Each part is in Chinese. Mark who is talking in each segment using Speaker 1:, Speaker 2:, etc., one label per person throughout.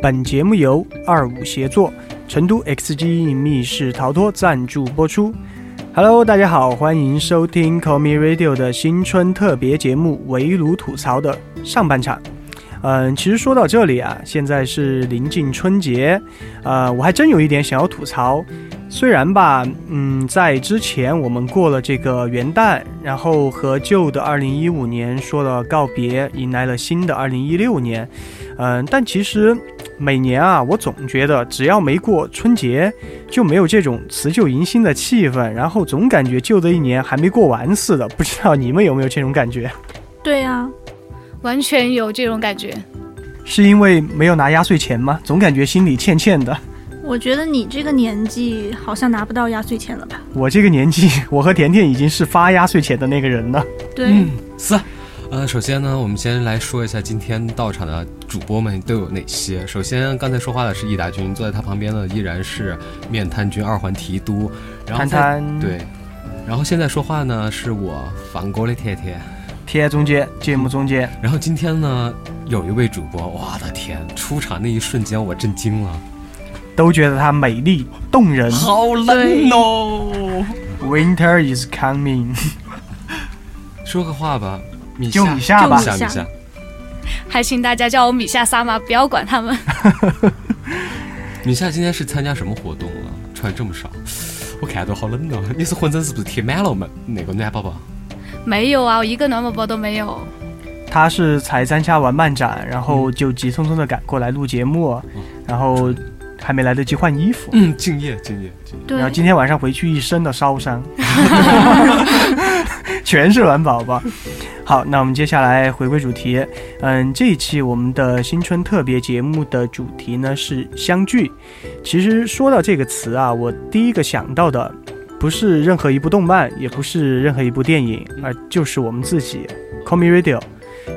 Speaker 1: 本节目由二五协作、成都 XG 密室逃脱赞助播出。Hello，大家好，欢迎收听 Call Me Radio 的新春特别节目《围炉吐槽》的上半场。嗯，其实说到这里啊，现在是临近春节，呃，我还真有一点想要吐槽。虽然吧，嗯，在之前我们过了这个元旦，然后和旧的2015年说了告别，迎来了新的2016年，嗯，但其实每年啊，我总觉得只要没过春节，就没有这种辞旧迎新的气氛，然后总感觉旧的一年还没过完似的。不知道你们有没有这种感觉？
Speaker 2: 对呀、
Speaker 3: 啊
Speaker 2: 完全有这种感觉。
Speaker 1: 是因为没有拿压岁钱吗？总感觉心里欠欠的。
Speaker 3: 我觉得你这个年纪好像拿不到压岁钱了吧？
Speaker 1: 我这个年纪，我和甜甜已经是发压岁钱的那个人了。
Speaker 3: 对，
Speaker 1: 嗯
Speaker 4: 是，呃，首先呢，我们先来说一下今天到场的主播们都有哪些。首先，刚才说话的是易达君，坐在他旁边的依然是面瘫君二环提督，然后
Speaker 1: 谈
Speaker 4: 在
Speaker 1: 谈
Speaker 4: 对，然后现在说话呢是我反过来贴贴。
Speaker 1: 贴中间，节目中间，
Speaker 4: 然后今天呢，有一位主播，我的天，出场那一瞬间我震惊了，
Speaker 1: 都觉得她美丽动 人。
Speaker 4: 好冷哦！
Speaker 1: Winter is coming，
Speaker 4: 说个话吧，米
Speaker 1: 就
Speaker 4: 夏
Speaker 1: 米夏吧
Speaker 3: 就。
Speaker 4: 夏
Speaker 3: 米
Speaker 4: 米
Speaker 3: 夏
Speaker 4: 夏，
Speaker 2: 还请大家叫我米夏萨玛，不要管他们。
Speaker 4: 米夏今天是参加什么活动了？穿这么少，我看着都好冷哦。你是浑身是不是贴满了门那个暖宝宝？
Speaker 2: 没有啊，我一个暖宝宝都没有。
Speaker 1: 她是才参加完漫展，然后就急匆匆的赶过来录节目，然后还没来得及换衣服，
Speaker 4: 嗯，敬业，敬业，敬业。
Speaker 3: 对
Speaker 1: 然后今天晚上回去一身的烧伤， 全是暖宝宝。好，那我们接下来回归主题。嗯，这一期我们的新春特别节目的主题呢是相聚。其实说到这个词啊，我第一个想到的不是任何一部动漫，也不是任何一部电影，而就是我们自己 c o m Me Radio。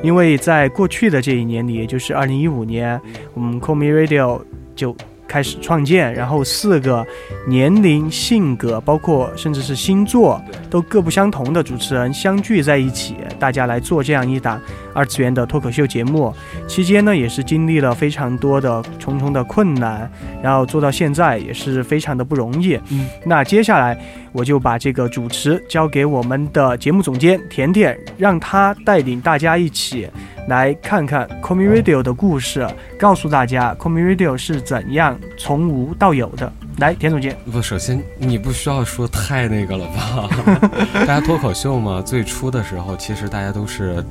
Speaker 1: 因为在过去的这一年里，也就是二零一五年，我们 c o m Me Radio 就开始创建，然后四个年龄、性格，包括甚至是星座都各不相同的主持人相聚在一起，大家来做这样一档二次元的脱口秀节目。期间呢，也是经历了非常多的重重的困难，然后做到现在也是非常的不容易。
Speaker 4: 嗯，
Speaker 1: 那接下来我就把这个主持交给我们的节目总监甜甜，让她带领大家一起来看看 c o m i Radio 的故事，告诉大家 c o m i Radio 是怎样从无到有的。来，田总监。
Speaker 4: 不，首先你不需要说太那个了吧？ 大家脱口秀嘛，最初的时候其实大家都是，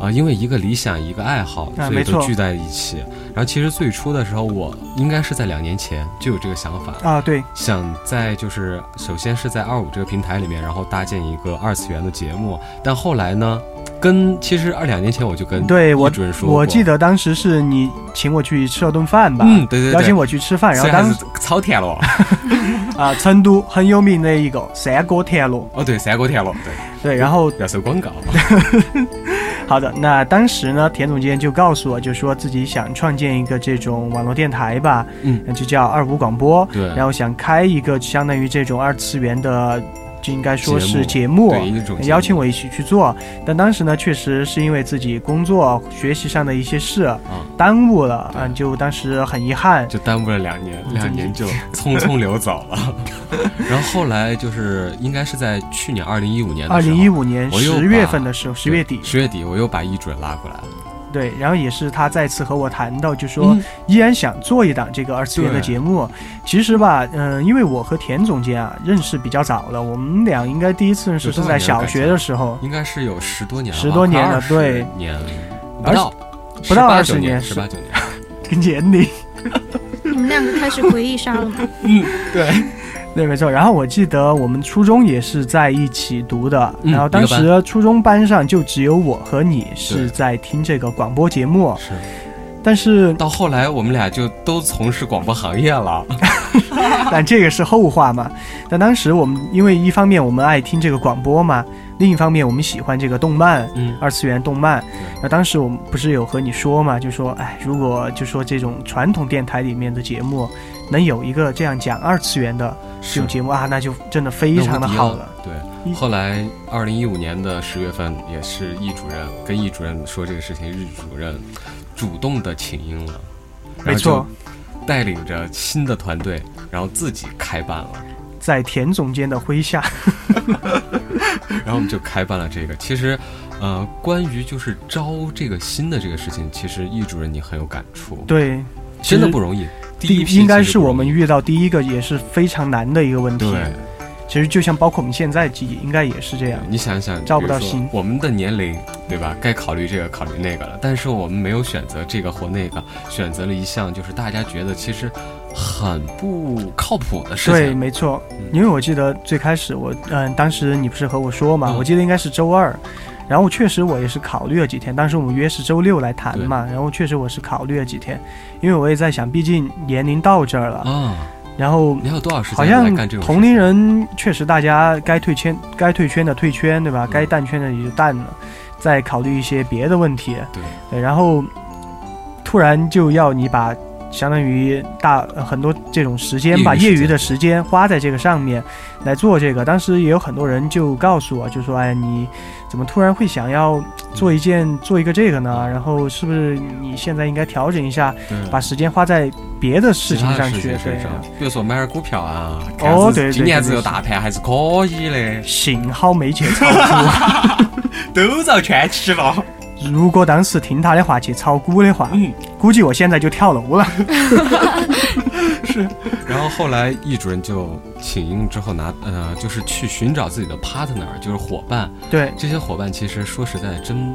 Speaker 4: 啊、因为一个理想一个爱好，
Speaker 1: 啊
Speaker 4: 所以
Speaker 1: 没
Speaker 4: 都
Speaker 1: 错
Speaker 4: 聚在一起。然后其实最初的时候，我应该是在两年前就有这个想法，
Speaker 1: 啊，对，
Speaker 4: 想在就是首先是在二五这个平台里面，然后搭建一个二次元的节目。但后来呢，跟其实二两年前我就跟
Speaker 1: 对我
Speaker 4: 易主任说过，
Speaker 1: 我记得当时是你请我去吃了顿饭吧，
Speaker 4: 嗯，对对对，
Speaker 1: 邀请我去吃饭，然后
Speaker 4: 虽然
Speaker 1: 当
Speaker 4: 是
Speaker 1: 时
Speaker 4: 超 甜了，
Speaker 1: 啊，成都很有名的一个三锅田螺，
Speaker 4: 哦对，三锅甜了，对，
Speaker 1: 对，然后
Speaker 4: 要收广告。
Speaker 1: 好的，那当时呢，田总监就告诉我，就说自己想创建一个这种网络电台吧，
Speaker 4: 嗯，
Speaker 1: 就叫二五广播，
Speaker 4: 对
Speaker 1: 然后想开一个相当于这种二次元的，就应该说是
Speaker 4: 节
Speaker 1: 节目，
Speaker 4: 对一种节目
Speaker 1: 邀请我一起去做，但当时呢，确实是因为自己工作、学习上的一些事、耽误了，
Speaker 4: 嗯对
Speaker 1: 嗯，就当时很遗憾，
Speaker 4: 就耽误了两年，两年就匆匆流走 了。然后后来就是应该是在去年二零一五年
Speaker 1: 二
Speaker 4: 的时候，
Speaker 1: 零一五年
Speaker 4: 我又
Speaker 1: 十月份的时候，十月底，
Speaker 4: 十月底我又把易主任拉过来了。
Speaker 1: 对，然后也是他再次和我谈到，就说依然想做一档这个二次元的
Speaker 4: 嗯对
Speaker 1: 节目。其实吧，嗯、因为我和田总监啊认识比较早了，我们俩应该第一次认识
Speaker 4: 有
Speaker 1: 是
Speaker 4: 多少
Speaker 1: 在
Speaker 4: 年
Speaker 1: 小
Speaker 4: 感
Speaker 1: 学
Speaker 4: 觉
Speaker 1: 的时候，
Speaker 4: 应该是有十多年了吧，
Speaker 1: 十多年
Speaker 4: 快
Speaker 1: 了
Speaker 4: 20
Speaker 1: 对
Speaker 4: 年
Speaker 1: 而
Speaker 4: 不到
Speaker 1: 不到
Speaker 4: 18
Speaker 1: 20
Speaker 4: 年，
Speaker 1: 年
Speaker 4: 十八九年，
Speaker 1: 这个年龄。
Speaker 3: 你们两个开始回忆杀 了吗？
Speaker 1: 对，没错。然后我记得我们初中也是在一起读的，
Speaker 4: 嗯
Speaker 1: 然后当时初中班上就只有我和你是
Speaker 4: 对
Speaker 1: 在听这个广播节目，
Speaker 4: 是
Speaker 1: 但是
Speaker 4: 到后来我们俩就都从事广播行业了，
Speaker 1: 但这个是后话嘛。但当时我们因为一方面我们爱听这个广播嘛，另一方面我们喜欢这个动漫，
Speaker 4: 嗯，
Speaker 1: 二次元动漫
Speaker 4: 对。
Speaker 1: 那当时我们不是有和你说嘛，就说哎，如果就说这种传统电台里面的节目能有一个这样讲二次元的这
Speaker 4: 是
Speaker 1: 种节目啊，那就真的非常的好了。。
Speaker 4: 对，后来二零一五年的十月份，也是易主任跟易主任说这个事情，易主任主动的请缨了。
Speaker 1: 没
Speaker 4: 然后
Speaker 1: 错
Speaker 4: 就，带领着新的团队，然后自己开办 了，
Speaker 1: 在田总监的麾 下，
Speaker 4: 然后我们就开办了这个。其实，呃，关于就是招这个新的这个事情，其实易主任你很有感触，
Speaker 1: 对，
Speaker 4: 真的
Speaker 1: 其实
Speaker 4: 不容易。第
Speaker 1: 第
Speaker 4: 一批
Speaker 1: 应该
Speaker 4: 其实
Speaker 1: 是
Speaker 4: 不
Speaker 1: 我
Speaker 4: 容
Speaker 1: 们
Speaker 4: 易
Speaker 1: 遇到第一个也是非常难的一个问题。
Speaker 4: 对。
Speaker 1: 其实就像包括我们现在也应该也是这样。
Speaker 4: 你想想，
Speaker 1: 招不到
Speaker 4: 比如说
Speaker 1: 新
Speaker 4: 我们的年龄，对吧？该考虑这个，考虑那个了。但是我们没有选择这个或那个，选择了一项就是大家觉得其实很不靠谱的事
Speaker 1: 对，
Speaker 4: 情。
Speaker 1: 没错
Speaker 4: 嗯，
Speaker 1: 因为我记得最开始我，嗯、当时你不是和我说嘛，
Speaker 4: 嗯
Speaker 1: 我记得应该是周二，然后确实我也是考虑了几天，当时我们约是周六来谈嘛，然后确实我是考虑了几天，因为我也在想，毕竟年龄到这儿了，
Speaker 4: 啊，
Speaker 1: 然后
Speaker 4: 你还有多少时
Speaker 1: 好
Speaker 4: 间来
Speaker 1: 像
Speaker 4: 干这种事情？
Speaker 1: 同龄人确实大家该退圈该退圈的退圈，对吧？
Speaker 4: 嗯
Speaker 1: 该淡圈的也就淡了，再考虑一些别的问题，
Speaker 4: 对
Speaker 1: 对，然后突然就要你把相当于大呃很多这种时间把
Speaker 4: 业余时
Speaker 1: 业
Speaker 4: 间
Speaker 1: 余的时间花在这个上面来做这个。当时也有很多人就告诉我，就说：“哎，你怎么突然会想要做一件、做一个这个
Speaker 4: 嗯
Speaker 1: 呢？然后是不是你现在应该调整一下，
Speaker 4: 对，
Speaker 1: 把时间花在别的事情上
Speaker 4: 其
Speaker 1: 去
Speaker 4: 他的事情？”
Speaker 1: 对
Speaker 4: 身
Speaker 1: 啊。
Speaker 4: 上，比如说买点股票啊，
Speaker 1: 哦
Speaker 4: 看下
Speaker 1: 对
Speaker 4: 子今
Speaker 1: 对
Speaker 4: 年
Speaker 1: 对
Speaker 4: 子有
Speaker 1: 对
Speaker 4: 大盘还是可以的，
Speaker 1: 幸好没去 炒股，
Speaker 4: 都绕圈起了。
Speaker 1: 如果当时听他的话去炒股的话，
Speaker 4: 嗯，
Speaker 1: 估计我现在就跳楼了。
Speaker 4: 然后后来易主任就请缨之后拿呃，就是去寻找自己的 partner，就是伙伴。
Speaker 1: 对，
Speaker 4: 这些伙伴其实说实在真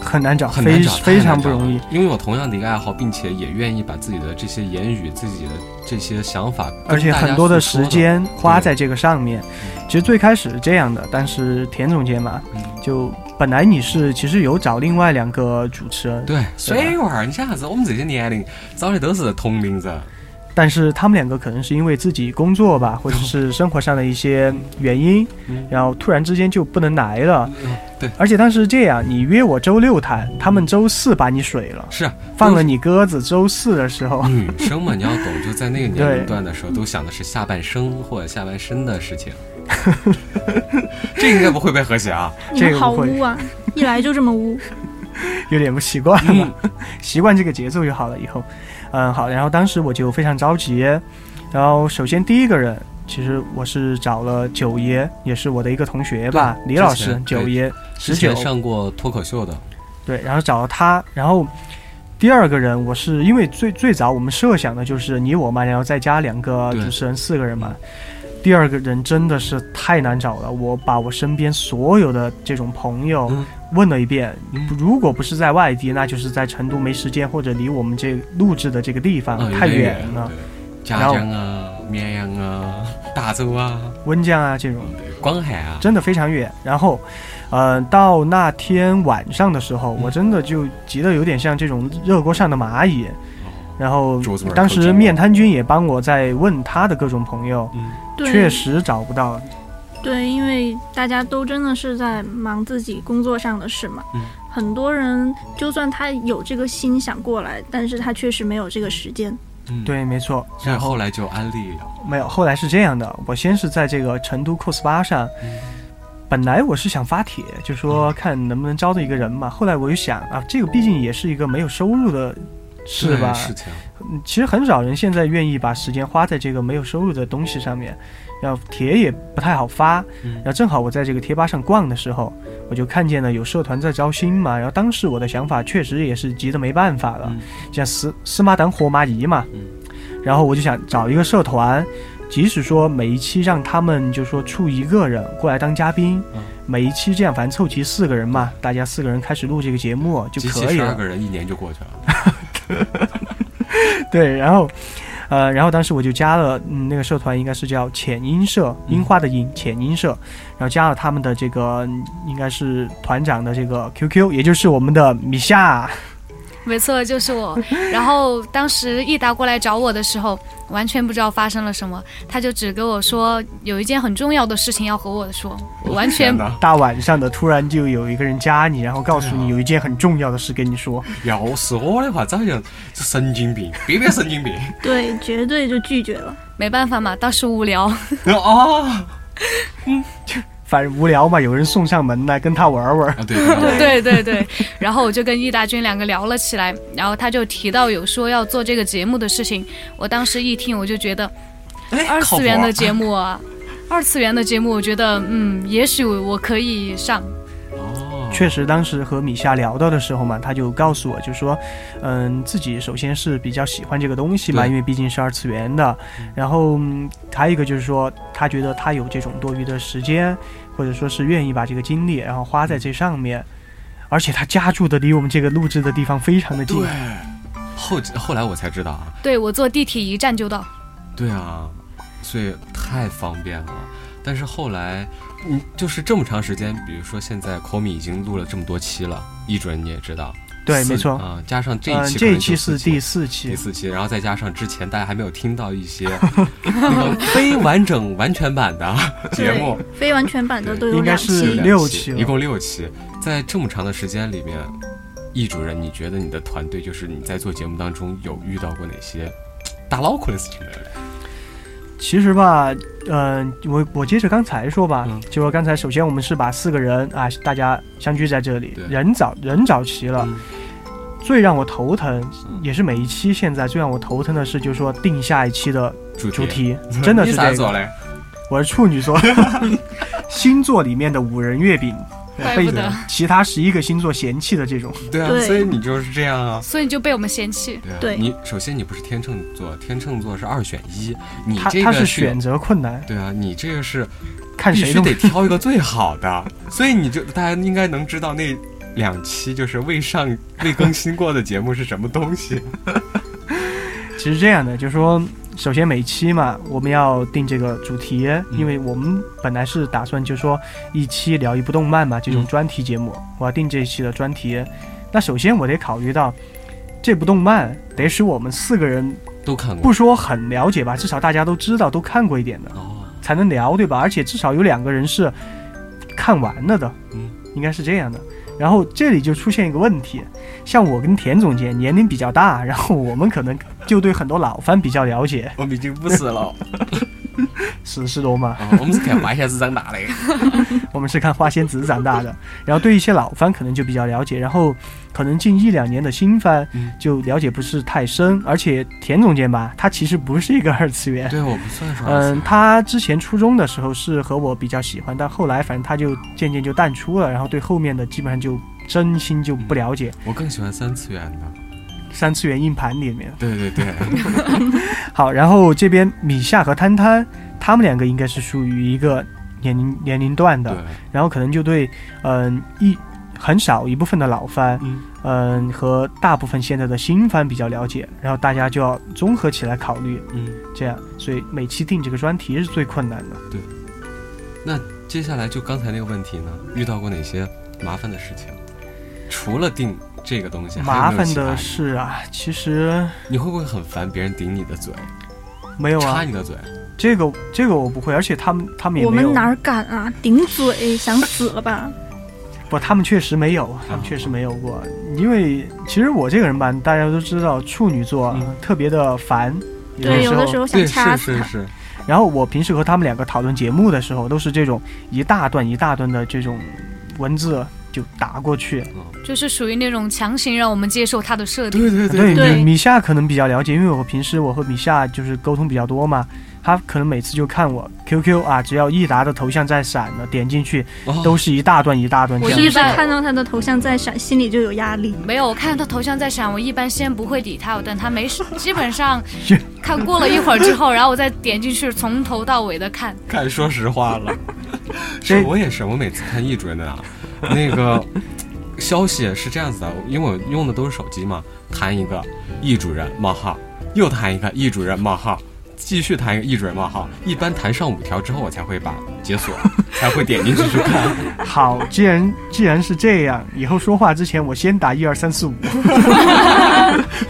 Speaker 1: 很难找，
Speaker 4: 很难
Speaker 1: 非
Speaker 4: 找，
Speaker 1: 非常不
Speaker 4: 太难找
Speaker 1: 容易
Speaker 4: 了。。因为有同样的一个爱好，并且也愿意把自己的这些言语、自己的这些想法，
Speaker 1: 而且很多
Speaker 4: 的
Speaker 1: 的时，间花在这个上面。其实最开始是这样的，但是田总监嘛，
Speaker 4: 嗯
Speaker 1: 就本来你是其实有找另外两个主持人，
Speaker 4: 对，所以
Speaker 1: 啊
Speaker 4: 娃儿，你想啥子？我们这些年龄找的都是同龄人，
Speaker 1: 但是他们两个可能是因为自己工作吧，或者是生活上的一些原因，
Speaker 4: 嗯
Speaker 1: 然后突然之间就不能来了。
Speaker 4: 嗯对，
Speaker 1: 而且当时这样，你约我周六谈，他们周四把你水了，
Speaker 4: 是啊
Speaker 1: 放了你鸽子。周四的时候，
Speaker 4: 女生嘛，你要懂，就在那 个年
Speaker 1: 对
Speaker 4: 龄段的时候，都想的是下半生或者下半身的 事情。这应该不会被和谐啊！
Speaker 3: 你
Speaker 1: 这个
Speaker 3: 们好
Speaker 1: 不会
Speaker 3: 污啊！一来就这 么污，
Speaker 1: 有点不习惯了。
Speaker 4: 嗯，
Speaker 1: 习惯这个节奏就好了。以后，嗯，好。然后当时我就非常着急，然后首先第一个人，其实我是找了九爷，也是我的一个同学吧，
Speaker 4: 对
Speaker 1: 李老
Speaker 4: 之
Speaker 1: 师
Speaker 4: 前，
Speaker 1: 九爷，
Speaker 4: 之
Speaker 1: 十九
Speaker 4: 前，上过脱口秀的，
Speaker 1: 对，然后找了他，然后。第二个人，我是因为最最早我们设想的就是你我嘛，然后再加两个
Speaker 4: 对
Speaker 1: 主持人，四个人嘛。第二个人真的是太难找了，我把我身边所有的这种朋友
Speaker 4: 嗯
Speaker 1: 问了一遍，
Speaker 4: 嗯
Speaker 1: 如果不是在外地，那就是在成都没时间，或者离我们这录制的这个地方
Speaker 4: 啊，
Speaker 1: 太
Speaker 4: 有点
Speaker 1: 远了，
Speaker 4: 对家
Speaker 1: 然后
Speaker 4: 乡啊、绵阳啊、大洲啊、
Speaker 1: 温江啊这种
Speaker 4: 广海啊，
Speaker 1: 真的非常远。然后，呃，到那天晚上的时候，我真的就急得有点像这种热锅上的蚂蚁。
Speaker 4: 哦
Speaker 1: 然后
Speaker 4: 桌子门儿
Speaker 1: 当
Speaker 4: 扣紧
Speaker 1: 时
Speaker 4: 了
Speaker 1: 面瘫君也帮我在问他的各种朋友，
Speaker 4: 嗯，
Speaker 3: 对，
Speaker 1: 确实找不到。
Speaker 3: 对，因为大家都真的是在忙自己工作上的事嘛。
Speaker 4: 嗯
Speaker 3: 很多人就算他有这个心想过来，但是他确实没有这个时间。
Speaker 4: 嗯，
Speaker 1: 对，没错。
Speaker 4: 所以后来就安利了，
Speaker 1: 没有，后来是这样的，我先是在这个成都 cos 吧上，本来我是想发帖，就
Speaker 4: 嗯
Speaker 1: 说看能不能招到一个人嘛。后来我又想啊，这个毕竟也是一个没有收入的事
Speaker 4: 对
Speaker 1: 吧，
Speaker 4: 事情，
Speaker 1: 嗯其实很少人现在愿意把时间花在这个没有收入的东西上面，然后帖也不太好发。
Speaker 4: 嗯
Speaker 1: 然后正好我在这个贴吧上逛的时候，我就看见了有社团在招新嘛。然后当时我的想法确实也是急得没办法了，
Speaker 4: 嗯
Speaker 1: 像司司马党火马姨嘛。
Speaker 4: 嗯
Speaker 1: 然后我就想找一个社团，即使说每一期让他们就说出一个人过来当嘉宾，
Speaker 4: 嗯
Speaker 1: 每一期这样反正凑齐四个人嘛，大家四个人开始录这个节目就
Speaker 4: 集齐
Speaker 1: 可以
Speaker 4: 十
Speaker 1: 了
Speaker 4: 二。个人一年就过去了，
Speaker 1: 对，然后，呃，然后当时我就加了，嗯，那个社团应该是叫浅音社，
Speaker 4: 嗯
Speaker 1: 樱花的樱，浅音社，然后加了他们的这个嗯应该是团长的这个 QQ，也就是我们的米夏，
Speaker 2: 没错，就是我。然后当时益达过来找我的时候，完全不知道发生了什么，他就只跟我说有一件很重要的事情要和我说，我完全
Speaker 4: 天哪
Speaker 1: 大晚上的突然就有一个人加你，然后告诉
Speaker 4: 对
Speaker 1: 你
Speaker 4: 啊
Speaker 1: 有一件很重要的事跟你说，
Speaker 4: 要是我的话，早就神经病，别别神经病
Speaker 3: 对，绝对就拒绝了。
Speaker 2: 没办法嘛，当时无聊。
Speaker 4: 啊！
Speaker 1: 反正无聊嘛，有人送上门来跟他玩玩。
Speaker 4: 啊，对对对，
Speaker 2: 对对对，然后我就跟易大军两个聊了起来，然后他就提到有说要做这个节目的事情，我当时一听我就觉得，
Speaker 4: 哎
Speaker 1: 哎
Speaker 2: 二
Speaker 1: 啊
Speaker 2: 次元的节目啊，二次元的节目，我觉得嗯，也许我可以上，
Speaker 4: 哦，
Speaker 1: 确实，当时和米夏聊到的时候嘛，他就告诉我，就说，嗯，自己首先是比较喜欢这个东西嘛，
Speaker 4: 对
Speaker 1: 因为毕竟是二次元的，然后、嗯还有一个就是说，他觉得他有这种多余的时间，或者说是愿意把这个精力然后花
Speaker 4: 嗯
Speaker 1: 在这上面，而且他家住的离我们这个录制的地方非常的近
Speaker 4: 对，。后后来我才知道啊，
Speaker 2: 对我坐地铁一站就到。
Speaker 4: 对啊，所以太方便了。但是后来，嗯，就是这么长时间，比如说现在 Komi 已经录了这么多期了，一准你也知道，
Speaker 1: 对，
Speaker 4: 四
Speaker 1: 没错，
Speaker 4: 啊、加上这
Speaker 1: 嗯
Speaker 4: 一，期可能就四期，
Speaker 1: 这一期是第四期
Speaker 4: 第，四期，然后再加上之前大家还没有听到一些 那个非完整完全版的节目，
Speaker 3: 非完全版的都有
Speaker 1: 应该
Speaker 3: 两
Speaker 1: 是
Speaker 4: 有
Speaker 3: 期
Speaker 4: 两，
Speaker 1: 六期了
Speaker 4: 一共六期，在这么长的时间里面，易主任，你觉得你的团队就是你在做节目当中有遇到过哪些大捞困的事情没有？
Speaker 1: 其实吧，嗯、我我接着刚才说吧，
Speaker 4: 嗯
Speaker 1: 就说刚才首先我们是把四个人啊，大家相聚在这里
Speaker 4: 对，
Speaker 1: 人找人找齐了。
Speaker 4: 嗯
Speaker 1: 最让我头疼
Speaker 4: 嗯，
Speaker 1: 也是每一期现在最让我头疼的是，就是说定下一期的
Speaker 4: 主题
Speaker 1: 主题，真的是
Speaker 4: 你咋
Speaker 1: 这
Speaker 4: 做
Speaker 1: 个。
Speaker 4: 嘞？
Speaker 1: 我是处女座， 星座里面的五人月饼
Speaker 2: 怪
Speaker 1: 被
Speaker 2: 不得
Speaker 1: 其他十一个星座嫌弃的这种。
Speaker 4: 对啊，
Speaker 3: 对
Speaker 4: 所以你就是这样啊。
Speaker 2: 所以你就被我们嫌弃。
Speaker 4: 对啊，
Speaker 3: 对
Speaker 4: 你首先你不是天秤座，天秤座是二选一，你
Speaker 1: 他
Speaker 4: 这
Speaker 1: 他
Speaker 4: 个
Speaker 1: 是
Speaker 4: 是有
Speaker 1: 选择困难，
Speaker 4: 对啊，你这个是
Speaker 1: 看
Speaker 4: 必
Speaker 1: 谁
Speaker 4: 须
Speaker 1: 都
Speaker 4: 得挑一个最好的，所以你就大家应该能知道那两期就是未上未更新过的节目是什么东西。
Speaker 1: 其实这样的，就是说，首先每期嘛，我们要定这个主题，因为我们本来是打算就是说一期聊一部动漫嘛，这种
Speaker 4: 嗯
Speaker 1: 专题节目，我要定这一期的专题。那首先我得考虑到这部动漫得使我们四个人
Speaker 4: 都看过
Speaker 1: 不说很了解吧，至少大家都知道、都看过一点的，
Speaker 4: 哦，
Speaker 1: 才能聊对吧？而且至少有两个人是看完了的，
Speaker 4: 嗯，
Speaker 1: 应该是这样的。然后这里就出现一个问题，像我跟田总监年龄比较大，然后我们可能就对很多老番比较了解，
Speaker 4: 我们已经不死 了，
Speaker 1: 史诗罗嘛，
Speaker 4: 哦我们是看《白夜之长大》嘞。
Speaker 1: 我们是看花仙子长大 的，然后对一些老番可能就比较了解，然后可能近一两年的新番
Speaker 4: 嗯
Speaker 1: 就了解不是太深，而且田总监吧，他其实不是一个二次元。
Speaker 4: 对，我不算是二次
Speaker 1: 嗯，
Speaker 4: 元
Speaker 1: 他之前初中的时候是和我比较喜欢，但后来反正他就渐渐就淡出了，然后对后面的基本上就真心就不了解。
Speaker 4: 我更喜欢三次元的。
Speaker 1: 三次元硬盘里面，
Speaker 4: 对对 对，
Speaker 1: 好，然后这边米夏和摊摊，他们两个应该是属于一个年龄年龄段的，
Speaker 4: 对，
Speaker 1: 然后可能就对，嗯、一很少一部分的老番，
Speaker 4: 嗯
Speaker 1: 嗯、和大部分现在的新番比较了解，然后大家就要综合起来考虑，
Speaker 4: 嗯。
Speaker 1: 这样，所以每期定这个专题是最困难的。
Speaker 4: 接下来就刚才那个问题呢，遇到过哪些麻烦的事情？除了定这个东西，还有没有
Speaker 1: 麻烦
Speaker 4: 其他
Speaker 1: 的是啊，其实
Speaker 4: 你会不会很烦别人顶你的嘴，
Speaker 1: 没有
Speaker 4: 插
Speaker 1: 啊，
Speaker 4: 你的嘴？
Speaker 1: 这个这个我不会，而且他们他们也
Speaker 3: 我
Speaker 1: 没有
Speaker 3: 们，哪儿敢啊？顶嘴，想死了吧？
Speaker 1: 不，他们确实没
Speaker 4: 啊
Speaker 1: 有，他们确实没有过，因为其实我这个人吧，大家都知道，处女座、
Speaker 4: 嗯
Speaker 1: 特别的烦。
Speaker 3: 对，有
Speaker 1: 时
Speaker 3: 的
Speaker 1: 候
Speaker 3: 时候想
Speaker 4: 对，
Speaker 3: 掐
Speaker 4: 是
Speaker 3: 死
Speaker 4: 是
Speaker 3: 他。
Speaker 4: 是，嗯
Speaker 1: 然后我平时和他们两个讨论节目的时候，都是这种一大段一大段的这种文字就打过去。
Speaker 2: 就是属于那种强行让我们接受他的设定。
Speaker 4: 对对
Speaker 1: 对，
Speaker 3: 对
Speaker 1: 米米夏可能比较了解，因为我平时我和米夏就是沟通比较多嘛，他可能每次就看我 QQ 啊，只要益达的头像在闪了，点进去
Speaker 4: 哦
Speaker 1: 都是一大段一大段这
Speaker 3: 我
Speaker 2: 我
Speaker 1: 样
Speaker 2: 一
Speaker 3: 一
Speaker 1: 的。
Speaker 3: 般看到他的头像在闪，心里就有压力。
Speaker 2: 没有，我看到他头像在闪，我一般先不会理他，我等他没事，基 本上
Speaker 1: 是
Speaker 2: 看过了一会儿之后，然后我再点进去从头到尾的看。
Speaker 4: 看说实 话了，
Speaker 1: 这
Speaker 4: 是我也是，我每次看易主任 的啊，那个消息是这样子的，因为我用的都是手机嘛，弹一个易主任冒号，又弹一个易主任冒号。继续弹一个易主任冒号，一般弹上五条之后，我才会把 解锁，才会点进去去看。
Speaker 1: 好，既然既然是这样，以后说话之前我先打一二三四五。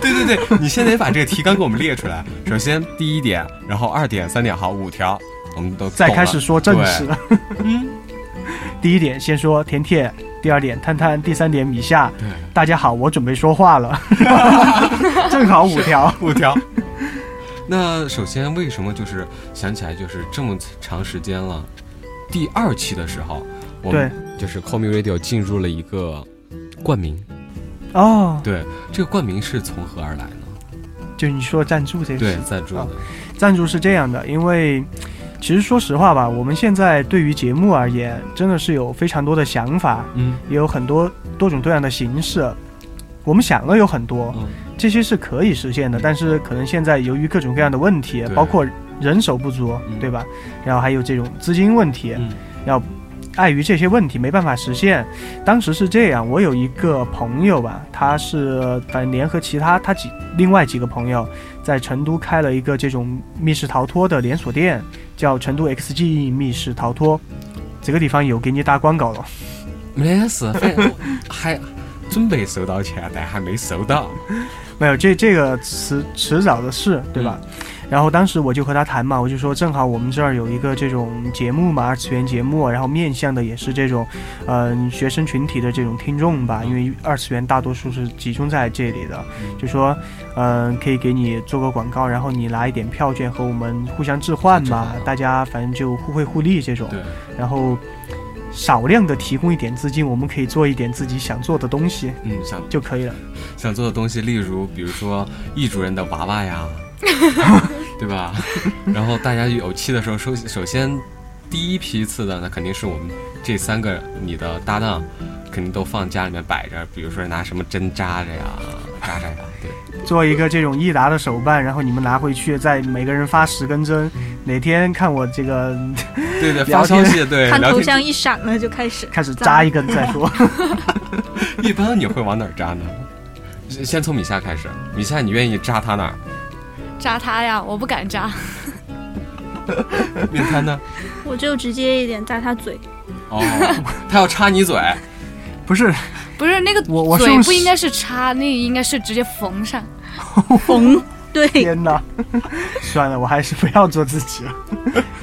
Speaker 4: 对对对，你先得把这个提纲给我们列出来。首先第一点，然后二点、三点，好，五条，我们都
Speaker 1: 再
Speaker 4: 懂
Speaker 1: 开
Speaker 4: 了
Speaker 1: 始说正
Speaker 4: 对
Speaker 1: 事。 第一点先说甜甜，第二点摊摊，第三点米夏。
Speaker 4: 对
Speaker 1: 大家好，我准备说话 了，正好五条。
Speaker 4: 五条。那首先，为什么就是想起来就是这么长时间了，第二期的时候，我
Speaker 1: 对
Speaker 4: 们就是 Call Me Radio 进入了一个冠名。
Speaker 1: 哦，
Speaker 4: 对，这个冠名是从何而来呢？
Speaker 1: 就你说赞助这个事
Speaker 4: 对
Speaker 1: 情，，
Speaker 4: 赞助的
Speaker 1: 啊，赞助是这样的，因为其实说实话吧，我们现在对于节目而言，真的是有非常多的想法，
Speaker 4: 嗯
Speaker 1: 也有很多多种多样的形式。我们想了有很多，
Speaker 4: 嗯，
Speaker 1: 这些是可以实现的，但是可能现在由于各种各样的问题，
Speaker 4: 对
Speaker 1: 包括人手不足，
Speaker 4: 嗯
Speaker 1: 对吧？然后还有这种资金问题，
Speaker 4: 嗯
Speaker 1: 要碍于这些问题没办法实现。当时是这样，我有一个朋友吧，他是反正联合其他他几另外几个朋友，在成都开了一个这种密室逃脱的连锁店，叫成都 XG 密室逃脱。这个地方有给你打广告了，
Speaker 4: 没得事，反正还准备收到钱，但还没收到。
Speaker 1: 没有，这这个迟迟早的事，对吧？
Speaker 4: 嗯
Speaker 1: 然后当时我就和他谈嘛，我就说正好我们这儿有一个这种节目嘛，二次元节目，啊然后面向的也是这种，嗯、学生群体的这种听众吧，
Speaker 4: 嗯
Speaker 1: 因为二次元大多数是集中在这里的，就说，嗯、可以给你做个广告，然后你拿一点票券和我们互相置换
Speaker 4: 置
Speaker 1: 嘛
Speaker 4: 换，嗯
Speaker 1: 大家反正就互惠互利这种，
Speaker 4: 对，
Speaker 1: 然后少量的提供一点资金，我们可以做一点自己想做的东西
Speaker 4: 嗯，想
Speaker 1: 就可以了。
Speaker 4: 想做的东西，例如比如说易主任的娃 娃呀，对吧？ 然后大家有期的时候，首首先第一批次的，那肯定是我们这三个你的搭档，肯定都放家里面摆着，比如说拿什么针扎着呀、扎着呀，对，
Speaker 1: 做一个这种益达的手办，然后你们拿回去，再每个人发十根针。哪天看我这个
Speaker 4: 对对，
Speaker 1: 聊
Speaker 4: 发消息，对，
Speaker 3: 看
Speaker 4: 聊
Speaker 3: 头
Speaker 4: 天
Speaker 3: 像一闪了就开始
Speaker 1: 开始扎一根再说。
Speaker 4: 一般你会往哪儿扎呢？先先从米夏开始，米夏你愿意扎他哪儿？
Speaker 2: 扎他呀，我不敢扎。
Speaker 4: 面 瘫呢？
Speaker 3: 我就直接一点扎他嘴，
Speaker 4: 哦，他要插你嘴，
Speaker 1: 不是
Speaker 2: 不是那个
Speaker 1: 我我是
Speaker 2: 嘴
Speaker 1: 用
Speaker 2: 不应该是插，那应该是直接缝上。
Speaker 3: 缝。对，
Speaker 1: 天哪， 算了，我还是不要做自己了，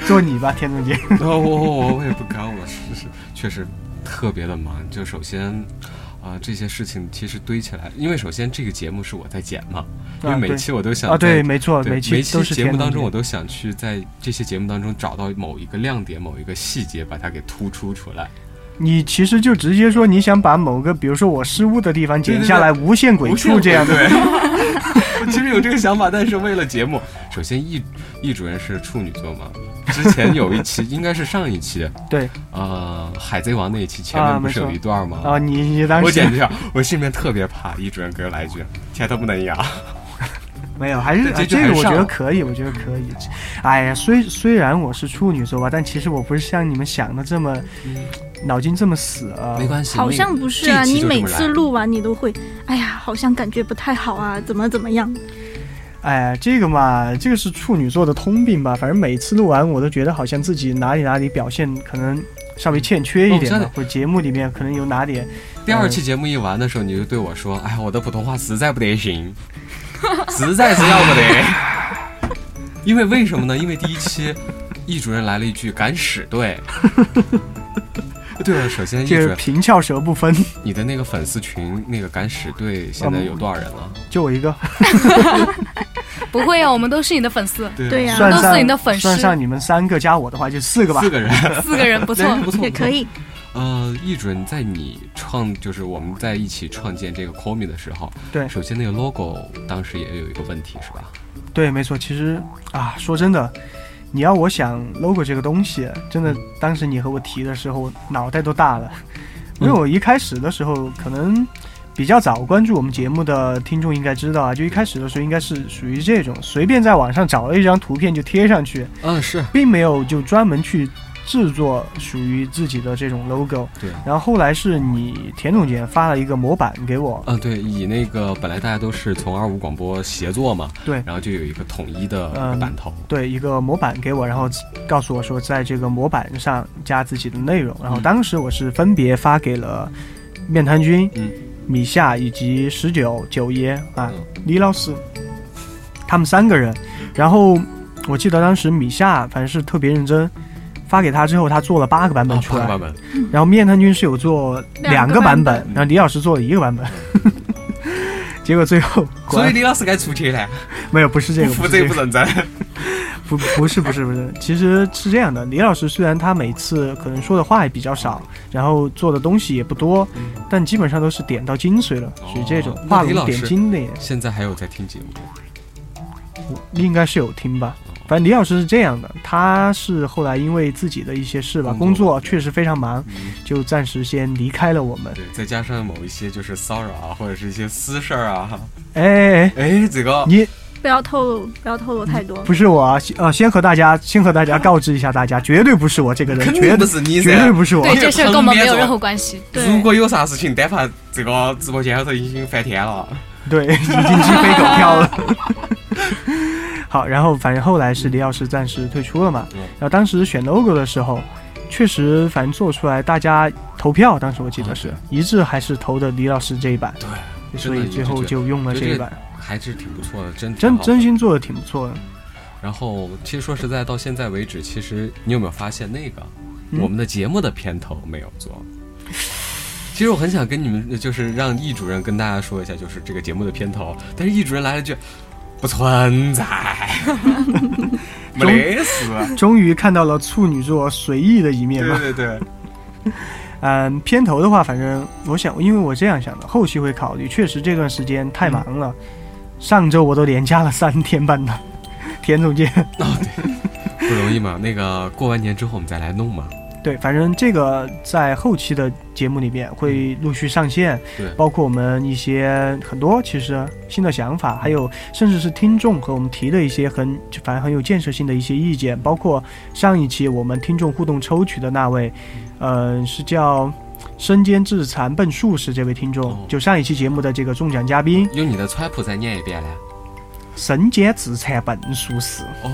Speaker 1: 做你吧，田总监。
Speaker 4: 哦，我我我也不敢，我是是确实特别的忙。就首先，啊、这些事情其实堆起来，因为首先这个节目是我在剪嘛，因为
Speaker 1: 啊
Speaker 4: 每
Speaker 1: 对
Speaker 4: 期我都想
Speaker 1: 啊，对，
Speaker 4: 在
Speaker 1: 没错，
Speaker 4: 对每
Speaker 1: 期都是
Speaker 4: 节
Speaker 1: 田
Speaker 4: 目
Speaker 1: 总
Speaker 4: 当中，
Speaker 1: 监
Speaker 4: 我都想去在这些节目当中找到某一个亮点、某一个细节，把它给突出出来。
Speaker 1: 你其实就直接说你想把某个，比如说我失误的地方
Speaker 4: 对
Speaker 1: 剪
Speaker 4: 对
Speaker 1: 下来，无限鬼
Speaker 4: 不
Speaker 1: 畜这样的。
Speaker 4: 对。 我其实有这个想法，但是为了节目，首先易易主任是处女座嘛，之前有一期应该是上一期，
Speaker 1: 对
Speaker 4: 呃，海贼王那一期前
Speaker 1: 啊
Speaker 4: 面不
Speaker 1: 没
Speaker 4: 是
Speaker 1: 错
Speaker 4: 有一段吗？
Speaker 1: 啊，你你当
Speaker 4: 我简
Speaker 1: 时
Speaker 4: 直啊，我心里面特别怕易主任给我来一句“钱都不能要
Speaker 1: 没有，还是
Speaker 4: 对
Speaker 1: 啊
Speaker 4: 这
Speaker 1: 这
Speaker 4: 就
Speaker 1: 个
Speaker 4: 很
Speaker 1: 我
Speaker 4: 上
Speaker 1: 觉得
Speaker 4: 了
Speaker 1: 可以，我觉得可以。哎呀，虽虽然我是处女座吧，但其实我不是像你们想的这么脑筋这么死啊”，。
Speaker 4: 嗯没关系，
Speaker 3: 好像不是啊，
Speaker 4: 这一期
Speaker 3: 你
Speaker 4: 就这么
Speaker 3: 每次
Speaker 4: 来
Speaker 3: 录完你都会，哎呀，好像感觉不太好啊，怎么怎么样？
Speaker 1: 哎，这个嘛，这个是处女座的通病吧。反正每次录完，我都觉得好像自己哪里哪里表现可能稍微欠缺一点
Speaker 4: 哦
Speaker 1: 吧，
Speaker 4: 真的
Speaker 1: 或者节目里面可能有哪点
Speaker 4: 第二期节目一完的时候，你就对我说：“哎，我的普通话实在不得行，实在是要不得。” 因为为什么呢？因为第一期易主任来了一句“敢使 对”。对了，首先易主
Speaker 1: 就是
Speaker 4: 任，
Speaker 1: 平翘舌不分，
Speaker 4: 你的那个粉丝群那个“敢使对”现
Speaker 1: 嗯
Speaker 4: 在有多少人了？
Speaker 1: 就我一个。
Speaker 2: 不会啊，我们都是你的粉丝，
Speaker 4: 对
Speaker 3: 对呀、
Speaker 1: 算
Speaker 2: 都是
Speaker 1: 上
Speaker 2: 你的粉丝
Speaker 1: 算上你们三个加我的话，就四个吧
Speaker 4: 四。个人，
Speaker 2: 四个人不错。
Speaker 4: 不错，
Speaker 3: 也可。以。
Speaker 4: 呃，易主任在你创，就是我们在一起创建这个 c o m i 的时候，
Speaker 1: 对
Speaker 4: 首先那个 logo 当时也有一个问题，是吧？
Speaker 1: 对，没错。其实啊，说真的，你要我想 logo 这个东西，真的，当时你和我提的时候，我脑袋都大了，因为我一开始的时候可能。比较早关注我们节目的听众应该知道啊，就一开始的时候应该是属于这种随便在网上找了一张图片就贴上去，
Speaker 4: 嗯，是
Speaker 1: 并没有就专门去制作属于自己的这种 logo。
Speaker 4: 对
Speaker 1: 然后后来是你田总监发了一个模板给我，
Speaker 4: 嗯，对，以那个本来大家都是从二五广播协作嘛，
Speaker 1: 对
Speaker 4: 然后就有一个统一的
Speaker 1: 嗯
Speaker 4: 版头，
Speaker 1: 对一个模板给我，然后告诉我说在这个模板上加自己的内容。然后当时我是分别发给了面瘫君、
Speaker 4: 嗯
Speaker 1: 米夏以及十九九爷啊、
Speaker 4: 嗯
Speaker 1: 李老师，他们三个人。然后我记得当时米夏反正是特别认真。发给他之后，他做了八个版本
Speaker 4: 啊，
Speaker 1: 出
Speaker 4: 八
Speaker 1: 来
Speaker 4: 个，版本，嗯
Speaker 1: 然后面瘫君是有做两
Speaker 2: 两
Speaker 1: 个
Speaker 2: 个
Speaker 1: 版
Speaker 2: 版本
Speaker 1: 本，然后李老师做了一个版本， 结果最后果
Speaker 4: 所以
Speaker 1: 然
Speaker 4: 李老师该出去了，
Speaker 1: 没有不是这
Speaker 4: 不
Speaker 1: 个，
Speaker 4: 负
Speaker 1: 不是
Speaker 4: 责
Speaker 1: 这
Speaker 4: 不
Speaker 1: 个，
Speaker 4: 认真。
Speaker 1: 不不是不是不是，其实是这样的，李老师虽然他每次可能说的话也比较
Speaker 4: 哦
Speaker 1: 少，然后做的东西也不多，但基本上都是点到精髓了，属于这种
Speaker 4: 哦
Speaker 1: 画
Speaker 4: 那李
Speaker 1: 龙
Speaker 4: 老
Speaker 1: 点
Speaker 4: 师
Speaker 1: 睛的也
Speaker 4: 现在还有在听节目，
Speaker 1: 应该是有听吧。反正李老师是这样的，他是后来因为自己的一些事吧，
Speaker 4: 工
Speaker 1: 工
Speaker 4: 作
Speaker 1: 作确实非常忙，就暂时先离开了我们。
Speaker 4: 对，再加上某一些就是骚扰啊，或者是一些私事儿啊，
Speaker 1: 哎哎哎，
Speaker 4: 哎，这个
Speaker 1: 你
Speaker 3: 不要透露，不要透露太多。
Speaker 1: 不是我啊，先呃，先和大家先和大家告知一下，大家绝对不是我这个人，
Speaker 4: 肯
Speaker 1: 绝
Speaker 4: 定不
Speaker 1: 对
Speaker 4: 是你噻
Speaker 1: 绝 对不是我
Speaker 2: 对，
Speaker 4: 也
Speaker 2: 这事儿跟我们没有任
Speaker 4: 旁边
Speaker 2: 何关系。
Speaker 3: 对
Speaker 4: 如果有啥事情，但凡这个直播间后头已经翻天了，
Speaker 1: 对，已经鸡飞狗跳了。好，然后反正后来是李老师暂时退出了嘛，
Speaker 4: 嗯
Speaker 1: 然后当时选 logo 的时候，确实反正做出来大家投票，当时我记得是、
Speaker 4: 啊
Speaker 1: 一致还是投的李老师这一版，
Speaker 4: 对
Speaker 1: 所以最后就用了这一版，
Speaker 4: 还是挺不错的，真挺
Speaker 1: 真
Speaker 4: 好
Speaker 1: 真心做的挺不错的。
Speaker 4: 然后，其实说实在，到现在为止，其实你有没有发现那个、
Speaker 1: 嗯
Speaker 4: 我们的节目的片头没有做？其实我很想跟你们，呃就是让易主任跟大家说一下，就是这个节目的片头。但是易主任来了一句：“不存在， 没得死。
Speaker 1: 终于看到了处女座随意的一”面
Speaker 4: 对
Speaker 1: 嘛。
Speaker 4: 对对，
Speaker 1: 嗯，片头的话，反正我想，因为我这样想的，后期会考虑。确实这段时间
Speaker 4: 嗯
Speaker 1: 太忙了，上周我都连假了三天半呢。田总监，
Speaker 4: 不容易嘛。那个过完年之后我们再来弄嘛。
Speaker 1: 对，反正这个在后期的节目里面会陆续上线，
Speaker 4: 嗯对
Speaker 1: 包括我们一些很多其实新的想法，还
Speaker 4: 嗯
Speaker 1: 有甚至是听众和我们提的一些很就反正很有建设性的一些意见，包括上一期我们听众互动抽取的那位，嗯、是叫身兼智残笨术士这位听众，
Speaker 4: 哦
Speaker 1: 就上一期节目的这个中奖嘉宾
Speaker 4: 用你的川普再念一遍来。
Speaker 1: 神兼智残笨术士。
Speaker 4: 哦，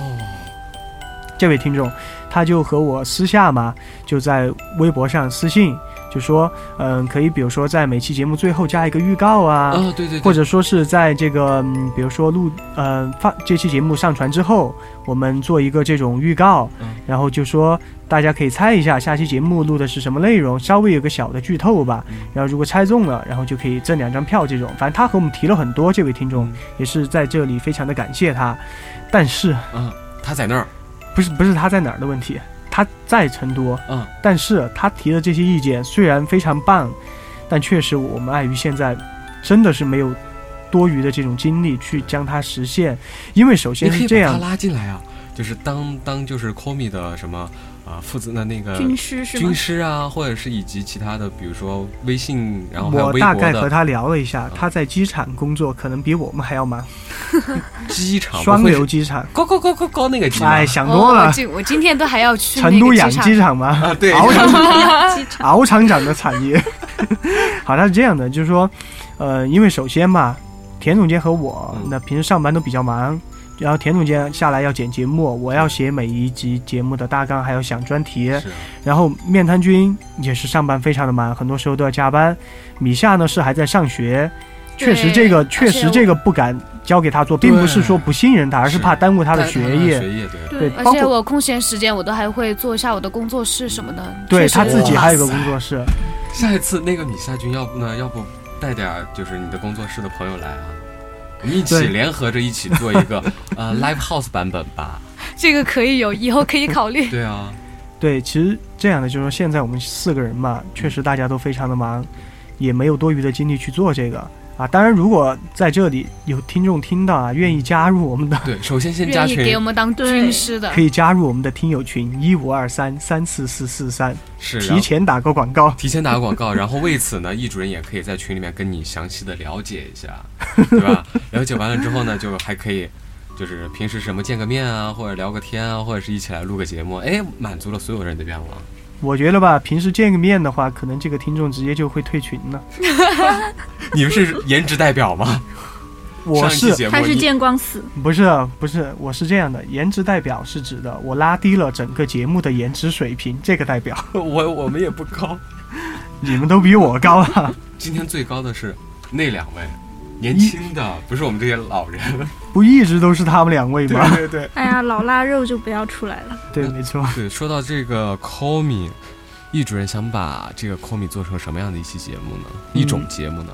Speaker 1: 这位听众，他就和我私下嘛，就在微博上私信，就说，嗯、可以比如说在每期节目最后加一个预告啊，
Speaker 4: 哦，对对对，
Speaker 1: 或者说是在这个，嗯、比如说录，呃，发这期节目上传之后，我们做一个这种预告，
Speaker 4: 嗯
Speaker 1: 然后就说大家可以猜一下下期节目录的是什么内容，稍微有个小的剧透吧，
Speaker 4: 嗯
Speaker 1: 然后如果猜中了，然后就可以挣两张票这种，反正他和我们提了很多，这位听众、
Speaker 4: 嗯
Speaker 1: 也是在这里非常的感谢他，但是。
Speaker 4: 嗯，他在那儿，
Speaker 1: 不是不是他在哪儿的问题，他在成都，
Speaker 4: 嗯，
Speaker 1: 但是他提的这些意见虽然非常棒，但确实我们碍于现在真的是没有多余的这种精力去将它实现，因为首
Speaker 4: 你
Speaker 1: 先
Speaker 4: 可
Speaker 1: 是
Speaker 4: 以
Speaker 1: 这
Speaker 4: 把他
Speaker 1: 样，
Speaker 4: 拉进来啊，就是当当就是 Komi 的什么啊、负责的那个
Speaker 3: 军师是吗
Speaker 4: 军？师啊，或者是以及其他的，比如说微信，然后还有
Speaker 1: 我
Speaker 4: 微
Speaker 1: 大
Speaker 4: 博
Speaker 1: 概和
Speaker 4: 的
Speaker 1: 他聊了一下，他在机场工作可能比我们还要忙，
Speaker 4: 机场，
Speaker 1: 双
Speaker 4: 不会是
Speaker 1: 流机场，
Speaker 4: 高高高高高那个机吗
Speaker 1: 哎，想多
Speaker 2: 哦，我
Speaker 1: 了，
Speaker 2: 今我今天都还要去那
Speaker 1: 成都
Speaker 2: 个
Speaker 1: 养
Speaker 2: 机场
Speaker 1: 鸡场吗？
Speaker 4: 啊， 对，
Speaker 1: 熬成
Speaker 3: 机场
Speaker 1: 敖厂长的产业。 好，它是这样的，就是说，呃，因为首先嘛，田总监和我
Speaker 4: 嗯
Speaker 1: 那平时上班都比较忙，然后田总监下来要剪节目，我要写每一集节目的大纲，还要想专题，
Speaker 4: 是
Speaker 1: 然后面瘫君也是上班非常的忙，很多时候都要加班。米夏呢是还在上学，确实
Speaker 2: 对
Speaker 1: 这个
Speaker 2: 而
Speaker 1: 确
Speaker 2: 且
Speaker 1: 实
Speaker 2: 我
Speaker 1: 这个不敢交给他做，并不是说不信任他，而是
Speaker 4: 是
Speaker 1: 怕耽误他的
Speaker 4: 但
Speaker 1: 学
Speaker 4: 的
Speaker 1: 业。
Speaker 4: 学业 对，
Speaker 1: 对
Speaker 3: 对，
Speaker 2: 而
Speaker 1: 包
Speaker 2: 且
Speaker 1: 括
Speaker 2: 我空闲时间我都还会做一下我的工作室什么的。
Speaker 1: 对
Speaker 2: 确实
Speaker 1: 他自己
Speaker 2: 我
Speaker 1: 还有个工作室，
Speaker 4: 下一次那个米夏君，要不呢，要不带点儿就是你的工作室的朋友来啊。我们一起
Speaker 1: 对
Speaker 4: 联合着一起做一个呃 live house 版本吧。
Speaker 2: 这个可以有，以后可以 考虑。
Speaker 4: 对啊，
Speaker 1: 对，其实这样的就是说，现在我们四个人嘛，确实大家都非常的忙，也没有多余的精力去做这个啊。当然，如果在这里有听众听到啊，愿意加入我们的，
Speaker 4: 对，首先先加
Speaker 2: 愿意给
Speaker 4: 群
Speaker 2: 我，们当军师的
Speaker 1: 可，以加入我们的听友群一五二三三四四四三，
Speaker 4: 是然
Speaker 1: 提
Speaker 4: 后
Speaker 1: 前打个广告。
Speaker 4: 提前打个 广告，然后为此呢，易主任也可以在群里面跟你详细的了解一下，对吧？ 了解完了之后呢，就还可以，就是平时什么见个面啊，或者聊个天啊，或者是一起来录个节目，哎，满足了所有人的愿望。
Speaker 1: 我觉得吧，平时见个面的话，可能这个听众直接就会退群了。
Speaker 4: 你们是颜值代表吗？
Speaker 1: 我
Speaker 4: 上一期
Speaker 1: 是
Speaker 4: 节目
Speaker 3: 他是
Speaker 4: 你
Speaker 3: 见光死，
Speaker 1: 不是不是我是这样的，颜值代表是指的我拉低了整个节目的颜值水平，这个代表
Speaker 4: 我我们也不高，
Speaker 1: 你们都比我高啊。
Speaker 4: 今天最高的是那两位，年轻的，不是我们这些老人。
Speaker 1: 不一直都是他们两位吗？
Speaker 4: 对对。
Speaker 3: 哎呀，老腊肉就不要出来了。
Speaker 1: 对，没错。
Speaker 4: 对，说到这个 call me，易主任想把这个 call me 做成什么样的一期节目呢？一种
Speaker 1: 嗯
Speaker 4: 节目呢？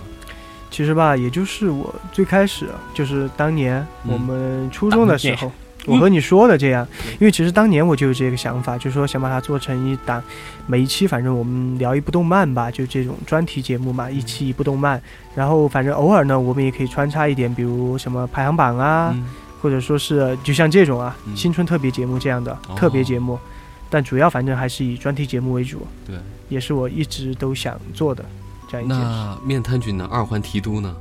Speaker 1: 其实吧，也就是我最开始就是当年
Speaker 4: 嗯
Speaker 1: 我们初中的时候， 我和你说的这样，因为其实当年我就有这个想法，就是说想把它做成一档，每一期反正我们聊一部动漫吧，就这种专题节目
Speaker 4: 嗯
Speaker 1: 嘛，一期一部动漫，然后反正偶尔呢，我们也可以穿插一点，比如什么排行榜啊，
Speaker 4: 嗯
Speaker 1: 或者说是就像这种啊，
Speaker 4: 嗯
Speaker 1: 新春特别节目这样的、
Speaker 4: 哦
Speaker 1: 特别节目，但主要反正还是以专题节目为主，
Speaker 4: 对，
Speaker 1: 也是我一直都想做的这样一件事。
Speaker 4: 那面瘫君呢？二环提督呢？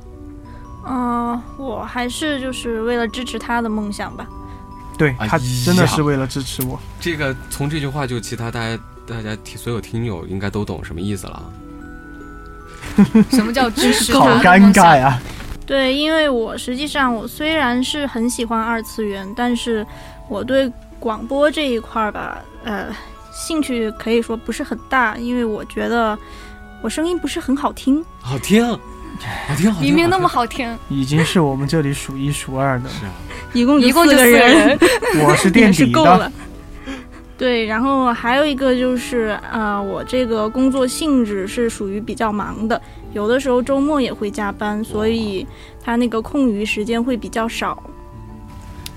Speaker 3: 嗯、我还是就是为了支持他的梦想吧。
Speaker 1: 对
Speaker 4: 哎
Speaker 1: 他真的
Speaker 4: 呀
Speaker 1: 是为了支持我，
Speaker 4: 这个从这句话就其他大家大家听所有听友应该都懂什么意思了啊。
Speaker 2: 什么叫支持 他？
Speaker 1: 好尴尬！呀、
Speaker 3: 对，因为我实际上我虽然是很喜欢二次元，但是我对广播这一块儿吧，呃，兴趣可以说不是很大，因为我觉得我声音不是很好听。
Speaker 4: 好听，啊好听，好听，
Speaker 2: 明明那么
Speaker 4: 好
Speaker 2: 好听，
Speaker 1: 已经是我们这里数一数二 的了
Speaker 4: 听。，是啊，
Speaker 3: 一共
Speaker 2: 一共
Speaker 3: 四
Speaker 2: 就
Speaker 3: 个
Speaker 2: 四个
Speaker 3: 人，
Speaker 2: 人，
Speaker 1: 我是
Speaker 3: 也
Speaker 1: 垫
Speaker 3: 是
Speaker 1: 底
Speaker 3: 够
Speaker 1: 的。
Speaker 3: 了。 对，然后还有一个就是，呃，我这个工作性质是属于比较忙的，有的时候周末也会加班，所以他那个空余时间会比较少。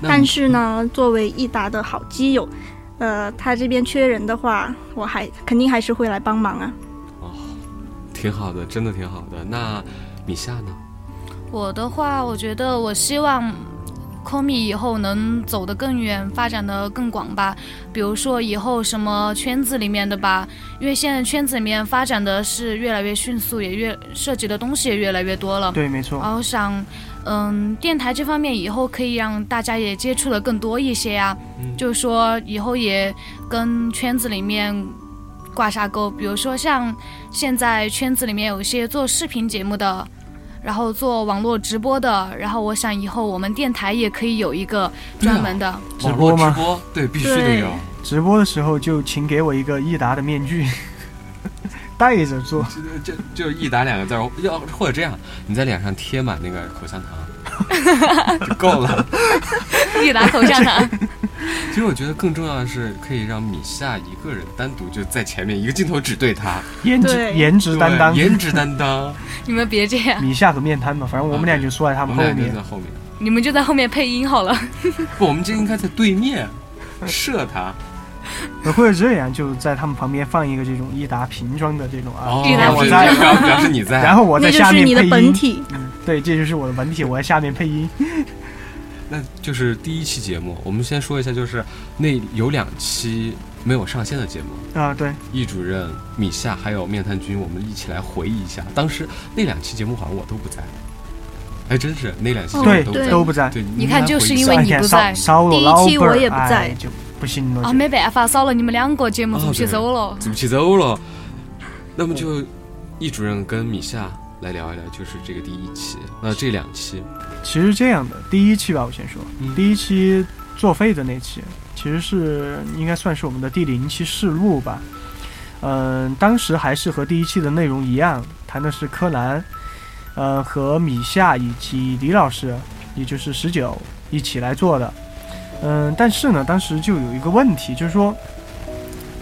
Speaker 4: 那
Speaker 3: 但是呢，作为益达的好基友，呃，他这边缺人的话，我还肯定还是会来帮忙啊。
Speaker 4: 挺好的，真的挺好的。那米夏呢？
Speaker 2: 我的话，我觉得我希望 Komi 以后能走得更远，发展得更广吧。比如说以后什么圈子里面的吧，因为现在圈子里面发展的是越来越迅速，也越涉及的东西也越来越多了。
Speaker 1: 对，没
Speaker 3: 哦
Speaker 1: 错。
Speaker 2: 然后想，嗯，电台这方面以后可以让大家也接触的更多一些呀、啊
Speaker 4: 嗯
Speaker 2: 就是说以后也跟圈子里面挂上钩，比如说像现在圈子里面有一些做视频节目的，然后做网络直播的，然后我想以后我们电台也可以有一个专门的，
Speaker 1: 直
Speaker 4: 网
Speaker 1: 播
Speaker 4: 络
Speaker 1: 吗
Speaker 4: 直播，对，必须得有。
Speaker 1: 直播的时候就请给我一个益达的面具， 戴着做。
Speaker 4: 这这就是一打两个字儿，要或者这样，你在脸上贴满那个口香糖就够了。
Speaker 2: 一打啊口香糖，
Speaker 4: 其实我觉得更重要的是，可以让米夏一个人单独就在前面，一个镜头只对他，
Speaker 1: 颜值
Speaker 3: 对
Speaker 1: 颜值担当
Speaker 4: 对，颜值担当。
Speaker 2: 你们别这样，
Speaker 1: 米夏和面瘫嘛，反正我们俩就坐在他
Speaker 4: 我
Speaker 1: 们
Speaker 4: 们
Speaker 1: 后
Speaker 4: 俩就
Speaker 1: 面。
Speaker 4: 在后面，
Speaker 2: 你们就在后面配音好了。
Speaker 4: 不，我们就应该在对面射他。
Speaker 1: 或者这样，就在他们旁边放一个这种益达瓶装的这种啊，
Speaker 4: 哦，
Speaker 2: 对
Speaker 1: 然
Speaker 2: 他
Speaker 1: 后我
Speaker 4: 是
Speaker 2: 瓶
Speaker 1: 在，
Speaker 4: 表表表示你在，
Speaker 1: 然后我在
Speaker 3: 那就
Speaker 1: 下
Speaker 3: 是
Speaker 1: 面
Speaker 3: 你的
Speaker 1: 配
Speaker 3: 本
Speaker 1: 音。嗯
Speaker 3: 体，
Speaker 1: 对，这就是我的本体，我在下面配音。
Speaker 4: 那就是第一期节目，我们先说一下，就是那有两期没有上线的节目，
Speaker 1: 啊，对，
Speaker 4: 易主任、米夏还有面瘫君，我们一起来回忆一下当时那两期节目，好像我都不在。哎，真是那两期节目
Speaker 1: 对
Speaker 4: 都不在。
Speaker 1: 都不在。
Speaker 4: 对，
Speaker 2: 你看就是因为
Speaker 1: 上一
Speaker 2: 你
Speaker 1: 天
Speaker 2: 不
Speaker 1: 烧
Speaker 2: 在
Speaker 1: 烧了
Speaker 3: 第一
Speaker 1: 老
Speaker 3: 期
Speaker 1: 本
Speaker 3: 我
Speaker 1: 儿
Speaker 3: 也不在哦
Speaker 1: 哎就不行了。
Speaker 2: 啊，
Speaker 1: 就
Speaker 2: 没办法，少了你们两个节目
Speaker 4: 哦
Speaker 2: 组去
Speaker 4: 对
Speaker 2: 走了。
Speaker 4: 组起走了。那么就易主任跟米夏来聊一聊，就是这个第一期。那这两期，
Speaker 1: 其实这样的，第一期吧，我先说，
Speaker 4: 嗯
Speaker 1: 第一期作废的那期，其实是应该算是我们的第零期试录吧。嗯、当时还是和第一期的内容一样，谈的是柯南，呃，和米夏以及李老师，也就是十九一起来做的。嗯、但是呢，当时就有一个问题，就是说，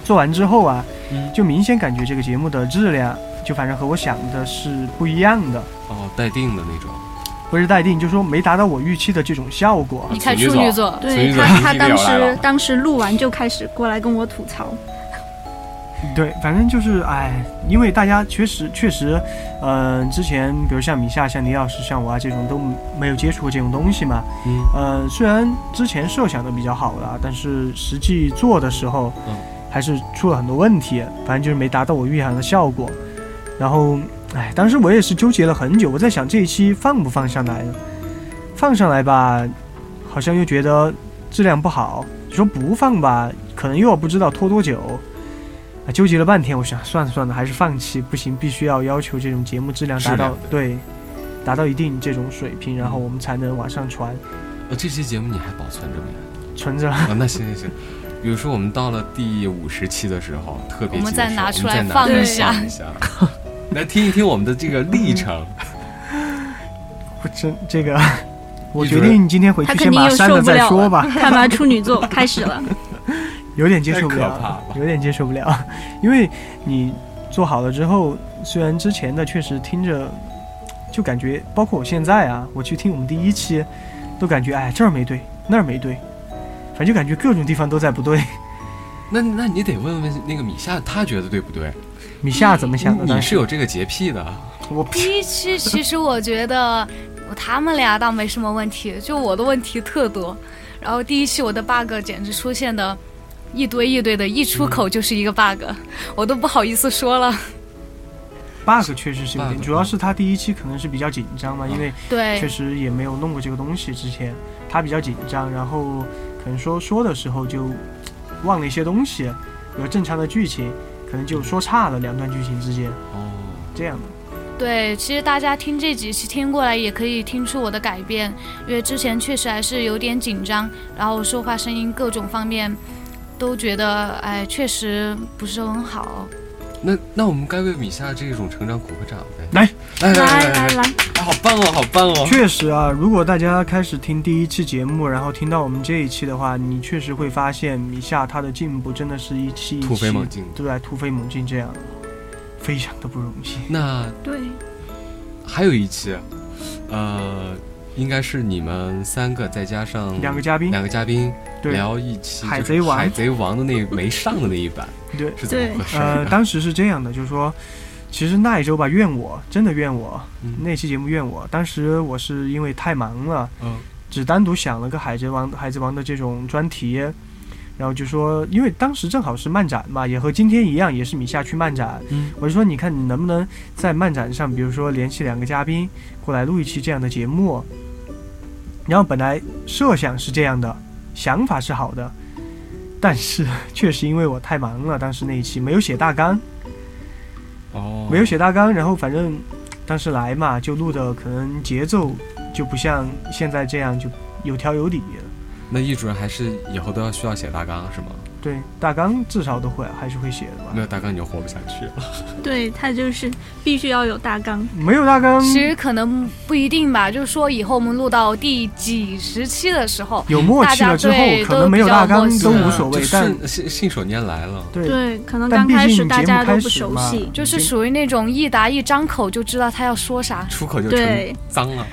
Speaker 1: 做完之后啊，
Speaker 4: 嗯，
Speaker 1: 就明显感觉这个节目的质量，就反正和我想的是不一样的，
Speaker 4: 哦，待定的那种，
Speaker 1: 不是待定，就是说没达到我预期的这种效果。
Speaker 2: 你看
Speaker 4: 处女
Speaker 2: 处女座，
Speaker 4: 所
Speaker 3: 对
Speaker 4: 以说
Speaker 3: 他
Speaker 4: 第一
Speaker 3: 他
Speaker 4: 期
Speaker 3: 当
Speaker 4: 表来
Speaker 3: 时
Speaker 4: 了
Speaker 3: 当时录完就开始过来跟我吐槽，
Speaker 1: 对，反正就是哎，因为大家确实确实，嗯、之前比如像米夏、像李老师、像我啊这种都没有接触过这种东西嘛。
Speaker 4: 嗯，
Speaker 1: 呃，虽然之前设想的比较好了，但是实际做的时候，
Speaker 4: 嗯
Speaker 1: 还是出了很多问题，反正就是没达到我预想的效果。然后，哎，当时我也是纠结了很久，我在想这一期放不放上来呢？放上来吧，好像又觉得质量不好；你说不放吧，可能又要不知道拖多久。啊，纠结了半天，我想算了算了，还是放弃，不行，必须要要求这种节目质量达
Speaker 4: 质量
Speaker 1: 到
Speaker 4: 的
Speaker 1: 对，达到一定这种水平，然后我们才能往上传。
Speaker 4: 呃，这期节目你还保存着没？
Speaker 1: 存着。
Speaker 4: 啊，那行行行，比如说我们到了第五十期的时候，特别
Speaker 2: 我们
Speaker 4: 集的
Speaker 2: 再
Speaker 4: 时候
Speaker 2: 拿
Speaker 4: 我
Speaker 2: 出
Speaker 4: 们
Speaker 2: 来
Speaker 4: 再拿
Speaker 2: 放
Speaker 4: 出来
Speaker 2: 一
Speaker 4: 放
Speaker 2: 下
Speaker 4: 一下， 来听一听我们的这个
Speaker 1: 嗯
Speaker 4: 历程。
Speaker 1: 我真这 个，我
Speaker 4: 一
Speaker 1: 决
Speaker 4: 直
Speaker 1: 定今天回去
Speaker 3: 他
Speaker 1: 先
Speaker 3: 肯定
Speaker 1: 把
Speaker 3: 又
Speaker 1: 删
Speaker 3: 受
Speaker 1: 了
Speaker 3: 不
Speaker 1: 再
Speaker 3: 了
Speaker 1: 说
Speaker 3: 了
Speaker 1: 吧，
Speaker 3: 看完处女座开始 了。
Speaker 1: 有点接受不
Speaker 4: 太可怕
Speaker 1: 了
Speaker 4: 了，
Speaker 1: 有点接受不了， 因为你做好了之后，虽然之前的确实听着，就感觉，包括我现在啊，我去听我们第一期，都感觉哎这儿没对，那儿没对，反正就感觉各种地方都在不对。
Speaker 4: 那那你得问问那个米夏，他觉得对不对？
Speaker 1: 米夏怎么想的呢？
Speaker 4: 你是有这个洁癖的，啊
Speaker 1: 我
Speaker 2: 第一期其实我觉得他们俩倒没什么问题，就我的问题特多。然后第一期我的 bug 简直出现的一堆一堆的，一出口就是一个 bug，、我 都不好意思说了。
Speaker 1: bug 确实是有点，
Speaker 4: bug
Speaker 1: 主要是他第一期可能是比较紧张嘛，
Speaker 4: 嗯
Speaker 1: 因为
Speaker 2: 对
Speaker 1: 确，实也没有弄过这个东西，之前他比较紧张，然后可能说说的时候就嘖忘了一些东西，比如正常的剧情，可能就说差了两段剧情之间
Speaker 4: 哦，
Speaker 1: 这样的。
Speaker 2: 对，其实大家听这几期听过来，也可以听出我的改变，因为之前确实还是有点紧张，然后说话声音各种方面都觉得，哎，确实不是很好。
Speaker 4: 那那我们该为米夏这种成长鼓个掌呗！
Speaker 1: 来
Speaker 4: 来
Speaker 3: 来
Speaker 4: 来
Speaker 3: 来
Speaker 4: 来
Speaker 3: 来，
Speaker 4: 哎好棒哦，好棒哦！
Speaker 1: 确实啊，如果大家开始听第一期节目，然后听到我们这一期的话，你确实会发现米夏他的进步真的是一期一期
Speaker 4: 突飞猛进
Speaker 1: 对，突飞猛进这样，非常的不容易。
Speaker 4: 那
Speaker 3: 对，
Speaker 4: 还有一期，呃，应该是你们三个再加上
Speaker 1: 两个嘉宾，
Speaker 4: 嗯两个嘉宾
Speaker 1: 对
Speaker 4: 聊一期就是
Speaker 1: 海贼王
Speaker 4: 海贼王的 那没上的那一版
Speaker 1: 对，
Speaker 4: 是怎么回事？
Speaker 1: 呃，当时是这样的，就是说，其实那一周吧，怨我，真的怨我，
Speaker 4: 嗯
Speaker 1: 那期节目怨我。当时我是因为太忙了，
Speaker 4: 嗯
Speaker 1: 只单独想了个海贼王海贼王的这种专题，然后就说，因为当时正好是漫展嘛，也和今天一样，也是米夏去漫展，
Speaker 4: 嗯
Speaker 1: 我就说，你看你能不能在漫展上，比如说联系两个嘉宾过来录一期这样的节目。然后本来设想是这样的，想法是好的，但是 确实因为我太忙了，当时那一期没有写大纲，
Speaker 4: 哦，
Speaker 1: 没有写大纲，然后反正当时来嘛，就录的可能节奏就不像现在这样就有条有理。
Speaker 4: 那易主任还是以后都要需要写大纲是吗？
Speaker 1: 对，大纲至少都会还是会写的
Speaker 4: 没
Speaker 1: 吧。
Speaker 4: 有大纲你就活不下去了。
Speaker 3: 对他就是必须要有大纲。
Speaker 1: 没有大纲，
Speaker 2: 其实可能不一定吧，就是说以后我们录到第几十期的时候，
Speaker 1: 有默契了之后
Speaker 2: 大家，对
Speaker 1: 可能没有大纲
Speaker 2: 都比较
Speaker 1: 都
Speaker 2: 默契
Speaker 1: 无所谓
Speaker 4: 就，
Speaker 1: 但
Speaker 4: 顺信信手拈来了。
Speaker 1: 对
Speaker 3: 对，可能
Speaker 1: 但
Speaker 3: 刚
Speaker 1: 毕
Speaker 3: 开
Speaker 1: 竟
Speaker 3: 始
Speaker 1: 节目
Speaker 3: 大家都
Speaker 1: 开
Speaker 3: 不
Speaker 1: 始
Speaker 3: 熟
Speaker 1: 嘛
Speaker 3: 悉，
Speaker 2: 就是属于那种一答一张口就知道他要说啥。
Speaker 4: 出口就
Speaker 3: 对
Speaker 4: 成脏了，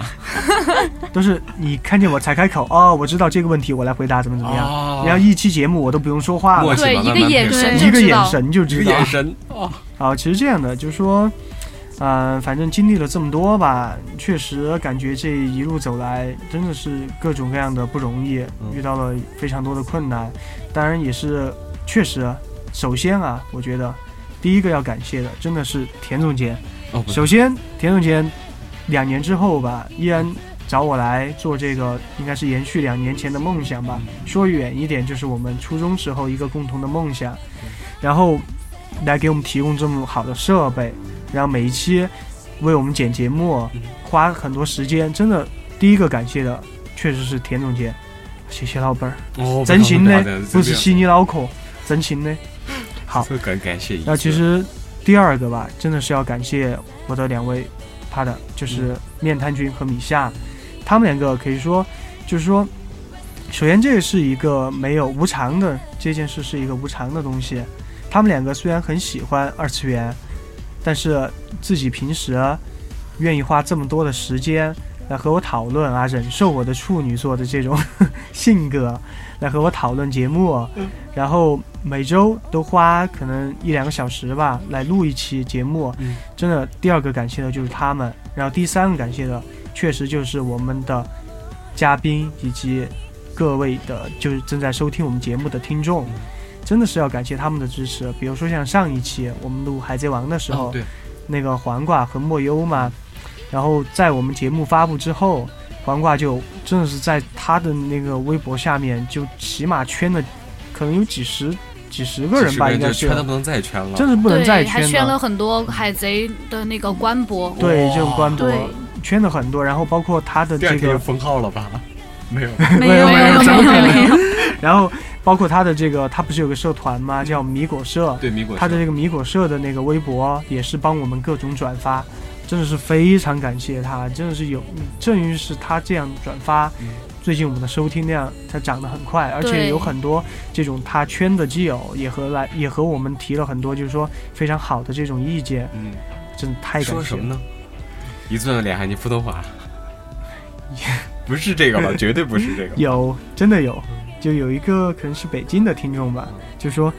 Speaker 1: 都是你看见我才开口哦，我知道这个问题，我来回答怎么怎么样。
Speaker 4: 哦
Speaker 1: 然后一期节目我都不用说话
Speaker 4: 默
Speaker 1: 了，
Speaker 4: 契
Speaker 2: 对，
Speaker 4: 吧
Speaker 2: 一
Speaker 4: 慢
Speaker 2: 个
Speaker 4: 慢
Speaker 2: 眼
Speaker 4: 配
Speaker 2: 神
Speaker 4: 合
Speaker 1: 一个
Speaker 2: 就知
Speaker 1: 眼
Speaker 2: 道。
Speaker 1: 神就
Speaker 4: 一
Speaker 1: 知
Speaker 4: 个
Speaker 1: 道。
Speaker 4: 眼神哦，
Speaker 1: 啊，其实这样的，就是说，嗯、反正经历了这么多吧，确实感觉这一路走来真的是各种各样的不容易，
Speaker 4: 嗯
Speaker 1: 遇到了非常多的困难。当然也是，确实，首先啊，我觉得第一个要感谢的真的是田总监。
Speaker 4: 哦不是，
Speaker 1: 首先，田总监两年之后吧，依然找我来做这个，应该是延续两年前的梦想吧。说远一点，就是我们初中时候一个共同的梦想，然后来给我们提供这么好的设备，然后每一期为我们剪节目
Speaker 4: 嗯，
Speaker 1: 花很多时间。真的，第一个感谢的确实是田总监，谢谢老板儿，
Speaker 4: 哦
Speaker 1: 真心
Speaker 4: 的
Speaker 1: 呢，不是悉尼脑壳，真心呢。好
Speaker 4: 这个感谢一次。
Speaker 1: 那其实第二个吧，真的是要感谢我的两位 partner，就是
Speaker 4: 嗯
Speaker 1: 面瘫君和米夏，他们两个可以说，就是说，首先这个是一个没有无偿的这件事是一个无偿的东西，他们两个虽然很喜欢二次元，但是自己平时愿意花这么多的时间。来和我讨论啊，忍受我的处女座的这种性格，来和我讨论节目，
Speaker 4: 嗯
Speaker 1: 然后每周都花可能一两个小时吧来录一期节目，
Speaker 4: 嗯
Speaker 1: 真的。第二个感谢的就是他们，然后第三个感谢的确实就是我们的嘉宾以及各位的，就是正在收听我们节目的听众
Speaker 4: 嗯，
Speaker 1: 真的是要感谢他们的支持。比如说像上一期我们录《海贼王》的时候，
Speaker 4: 哦对，
Speaker 1: 那个黄瓜和莫优嘛，然后在我们节目发布之后，黄瓜就真的是在他的那个微博下面就起码圈了，可能有几十几十个人吧，应该
Speaker 4: 就是圈，的不能再圈了，
Speaker 1: 真是不能再
Speaker 2: 对，还
Speaker 1: 圈
Speaker 2: 圈了
Speaker 1: 了。
Speaker 2: 很多海贼的那个官博，
Speaker 1: 对
Speaker 4: 哇
Speaker 1: 这种官博
Speaker 3: 对，
Speaker 1: 圈了很多，然后包括他的
Speaker 4: 第
Speaker 1: 这
Speaker 4: 二天就
Speaker 1: 个，
Speaker 4: 封号了 吧？没有，
Speaker 3: 没
Speaker 1: 有
Speaker 3: 有
Speaker 1: 没
Speaker 3: 有
Speaker 1: 怎么
Speaker 3: 没
Speaker 1: 可能
Speaker 3: 没有，
Speaker 1: 然后包括他的这个，他不是有个社团吗？叫米果社，
Speaker 4: 对米果
Speaker 1: 他的
Speaker 4: 是
Speaker 1: 这个米果社的那个微博也是帮我们各种转发，真的是非常感谢他，真的是有，正于是他这样转发，
Speaker 4: 嗯
Speaker 1: 最近我们的收听量才涨得很快，而且
Speaker 2: 对
Speaker 1: 有很多这种他圈的基友也和来也和我们提了很多，就是说非常好的这种意见，
Speaker 4: 嗯，
Speaker 1: 真的太感谢
Speaker 4: 说什么
Speaker 1: 了。
Speaker 4: 呢？一寸脸还你 普通话，不是这个吧？绝对不是这个吧。
Speaker 1: 有，真的有，就有一个可能是北京的听众吧，就说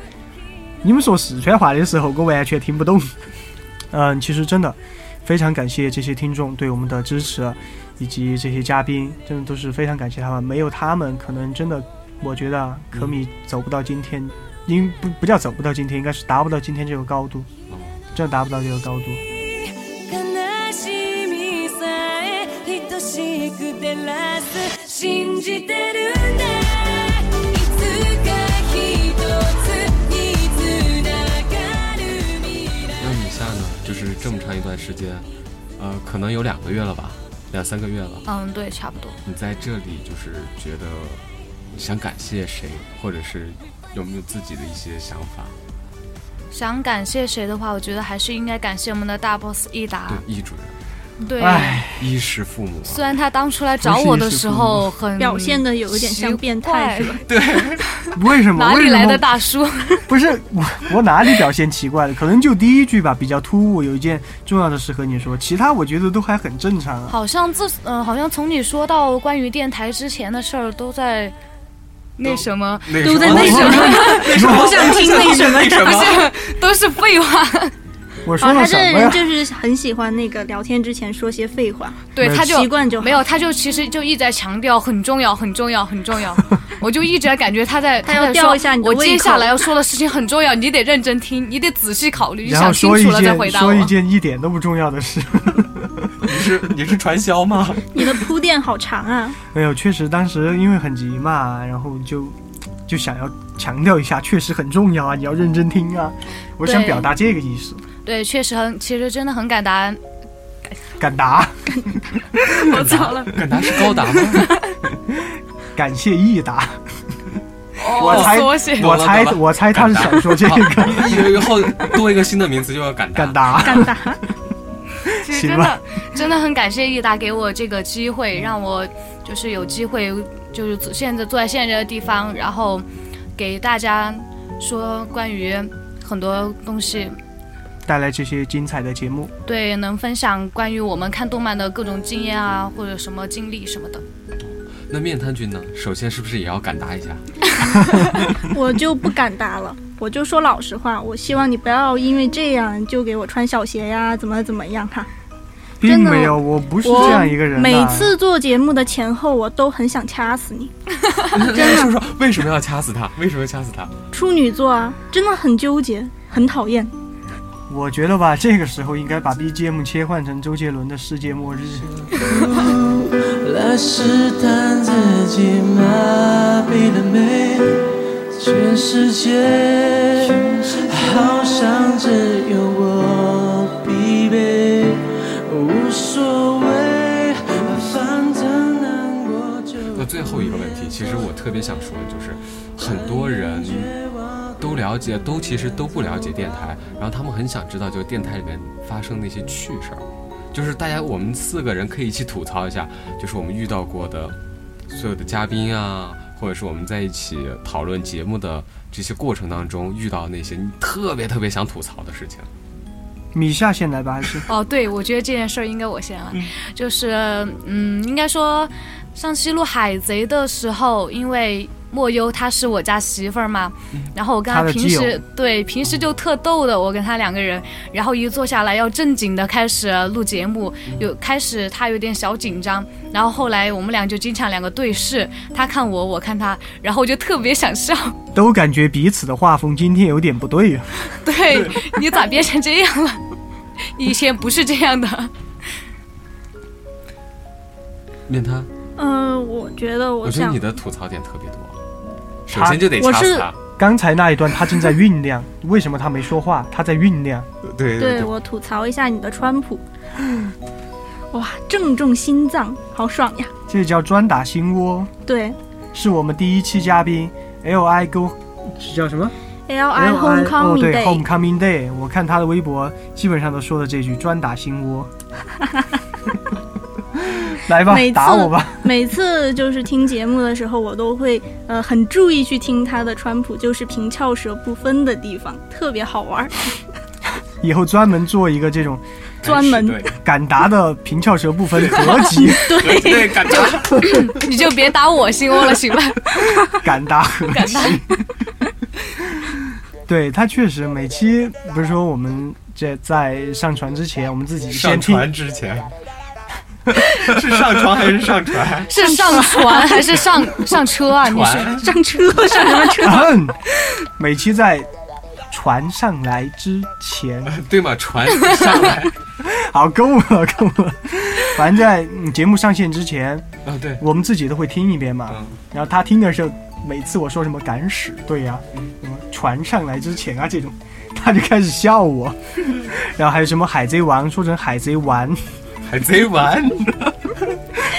Speaker 1: 你们说四川话的时候，我完全听不懂。 嗯，其实真的非常感谢这些听众对我们的支持，啊以及这些嘉宾，真的都是非常感谢他们。没有他们，可能真的我觉得啊可米走不到今天，应不不叫走不到今天，应该是达不到今天这个高度，真的达不到这个高度。
Speaker 5: 悲しみさえ等しく照らす信じてるんだいつかひとつにつながる未来
Speaker 4: 那米夏呢？就是这么长一段时间，呃，可能有两个月了吧，两三个月了。
Speaker 2: 嗯，对，差不多。
Speaker 4: 你在这里就是觉得你想感谢谁，或者是有没有自己的一些想法？
Speaker 2: 想感谢谁的话，我觉得还是应该感谢我们的大 boss 益达。
Speaker 4: 对，易主任，
Speaker 2: 对，
Speaker 1: 唉，
Speaker 4: 衣食父母啊。
Speaker 2: 虽然他当初来找我的时候很
Speaker 3: 表现的有一点像变态，
Speaker 2: 奇
Speaker 3: 是
Speaker 2: 怪
Speaker 3: 吧？
Speaker 1: 为什么？
Speaker 2: 哪
Speaker 1: 为
Speaker 2: 里
Speaker 1: 什
Speaker 2: 来
Speaker 1: 么
Speaker 2: 的大叔？
Speaker 1: 不是我，我哪里表现奇怪了？可能就第一句吧，比较突兀。有一件重要的事和你说，其他我觉得都还很正常啊。
Speaker 2: 好像自呃，好像从你说到关于电台之前的事儿，都在那
Speaker 4: 都
Speaker 2: 什 么，
Speaker 4: 那个
Speaker 2: 都在
Speaker 4: 什么
Speaker 2: 那什么，
Speaker 3: 我想听那什么。
Speaker 4: 什么？
Speaker 2: 都是 废话。
Speaker 1: 我说
Speaker 3: 啊，
Speaker 1: 了
Speaker 3: 他
Speaker 1: 什
Speaker 3: 这
Speaker 1: 么
Speaker 3: 人
Speaker 1: 呀？
Speaker 3: 就是很喜欢那个聊天之前说些废话，
Speaker 2: 对，他就
Speaker 3: 习惯就好
Speaker 2: 没有，他就其实就一直在强调很重要，很重要，很 重要。我就一直在感觉他在
Speaker 3: 他
Speaker 2: 在
Speaker 3: 要吊
Speaker 2: 说
Speaker 3: 一下你的
Speaker 2: 我
Speaker 3: 胃
Speaker 2: 接
Speaker 3: 口
Speaker 2: 下来要说的事情很重要，你得认真听，你得仔细考虑，
Speaker 1: 然后
Speaker 2: 想清
Speaker 1: 说一
Speaker 2: 楚了再
Speaker 1: 件
Speaker 2: 回答
Speaker 1: 说
Speaker 2: 我。
Speaker 1: 一件一点都不重要的事。
Speaker 4: 你是你是传销 吗？
Speaker 3: 你的铺垫好长啊。
Speaker 1: 没有，确实当时因为很急嘛，然后就就想要强调一下，确实很重要啊，你要认真听啊。我想
Speaker 2: 对
Speaker 1: 表达这个意思，
Speaker 2: 对，确实很，其实真的很感达。
Speaker 1: 敢达，
Speaker 3: 我操了，
Speaker 4: 敢达是高达吗？
Speaker 1: 感谢益达。
Speaker 2: 哦
Speaker 1: 我猜，
Speaker 2: 缩写
Speaker 1: 我猜，
Speaker 4: 懂了懂了
Speaker 1: 我猜他是想说这个
Speaker 4: 好以后多一个新的名字就叫敢达。
Speaker 1: 敢达。
Speaker 3: 敢打。
Speaker 2: 其实
Speaker 1: 行
Speaker 2: 真
Speaker 1: 吧
Speaker 2: 的真的很感谢益达给我这个机会，让我就是有机会，就是坐现在坐在现在这个地方，然后给大家说关于很多东西，
Speaker 1: 带来这些精彩的节目。
Speaker 2: 对，能分享关于我们看动漫的各种经验啊，或者什么经历什么的。
Speaker 4: 那面瘫君呢？首先是不是也要敢达一下？
Speaker 3: 我就不敢打了，我就说老实话，我希望你不要因为这样就给我穿小鞋呀，怎么怎么样哈。
Speaker 1: 并
Speaker 3: 真的
Speaker 1: 没有，我不是
Speaker 3: 我
Speaker 1: 这样一个人、啊。
Speaker 3: 每次做节目的前后，我都很想掐死你。
Speaker 1: 啊
Speaker 4: 说说为什么要掐死他？为什么要掐死他？
Speaker 3: 处女座啊，真的很纠结，很讨厌。
Speaker 1: 我觉得吧，这个时候应该把 BGM 切换成周杰伦的《世界末日》。
Speaker 6: 来试探自己麻痹了没？全世界好像只有我疲惫，无所谓，反正难过就。
Speaker 4: 那最后一个问题，其实我特别想说，的就是很多人都了解，都其实都不了解电台，然后他们很想知道，就电台里面发生的一些趣事儿，就是大家我们四个人可以一起吐槽一下，就是我们遇到过的所有的嘉宾啊，或者是我们在一起讨论节目的这些过程当中遇到那些你特别特别想吐槽的事情。
Speaker 1: 米夏先来吧，还是
Speaker 2: 哦，对，我觉得这件事儿应该我先来，啊就是嗯，应该说上期录《海贼》的时候，因为莫忧她是我家媳妇儿嘛，然后我跟她
Speaker 1: 她嗯的
Speaker 2: 平
Speaker 1: 基友
Speaker 2: 时对平时就特逗的，我跟她两个人，然后一坐下来要正经的开始录节目，
Speaker 1: 嗯
Speaker 2: 有开始她有点小紧张，然后后来我们俩就经常两个对视，她看我，我看她，然后我就特别想笑，
Speaker 1: 都感觉彼此的画风今天有点不对呀、啊
Speaker 2: 对你咋变成这样了？ 以前不是这样的。
Speaker 4: 面瘫，
Speaker 3: 呃，我觉得
Speaker 4: 我
Speaker 3: 我
Speaker 4: 觉得
Speaker 3: 想
Speaker 4: 你的吐槽点特别多，首
Speaker 1: 他
Speaker 4: 先就得
Speaker 3: 我
Speaker 4: 掐
Speaker 3: 是
Speaker 4: 死他。
Speaker 1: 刚才那一段他正在酝酿， 为什么他没说话？他在酝酿。
Speaker 4: 对
Speaker 3: 对我吐槽一下你的 川普。哇，正中心脏，好爽呀！
Speaker 1: 这叫专打心窝，
Speaker 3: 对
Speaker 1: 是我们第一期嘉宾 L I Go，是叫什么
Speaker 3: ，L I
Speaker 1: ？L I 哦
Speaker 3: Homecoming
Speaker 1: 对
Speaker 3: Day，
Speaker 1: Homecoming Day，我看他的微博基本上都说的这句专打心 窝。来吧
Speaker 3: 每，次
Speaker 1: 打我吧。
Speaker 3: 每次就是听节目的时候，我都会呃很注意去听他的川普，就是平翘舌不分的地方，特别好玩儿。
Speaker 1: 以后专门做一个这种
Speaker 3: 专门
Speaker 4: 对
Speaker 1: 敢达的平翘舌部分合集，
Speaker 4: 对对，感觉
Speaker 2: 你就别打我心 窝了，行吧？
Speaker 1: 敢达合
Speaker 2: 敢
Speaker 1: 集
Speaker 2: 达。
Speaker 1: 对他确实每期不是说我们这在上传之前，我们自己先
Speaker 4: 上
Speaker 1: 听
Speaker 4: 传之前 是上床还是上传？
Speaker 2: 是上船还是上 上车啊？你是
Speaker 4: 船
Speaker 3: 上车上什么车？
Speaker 1: 嗯 每期在传上来之前，
Speaker 4: 对嘛，传上来
Speaker 1: 好够了够了，反正在嗯节目上线之前，
Speaker 4: 啊，对，
Speaker 1: 我们自己都会听一遍嘛。
Speaker 4: 嗯
Speaker 1: 然后他听的时候，每次我说什么敢屎，对呀、
Speaker 4: 嗯
Speaker 1: 什么传上来之前啊这种，他就开始笑 我。然后还有什么海贼王说成海贼丸，
Speaker 4: 海贼丸，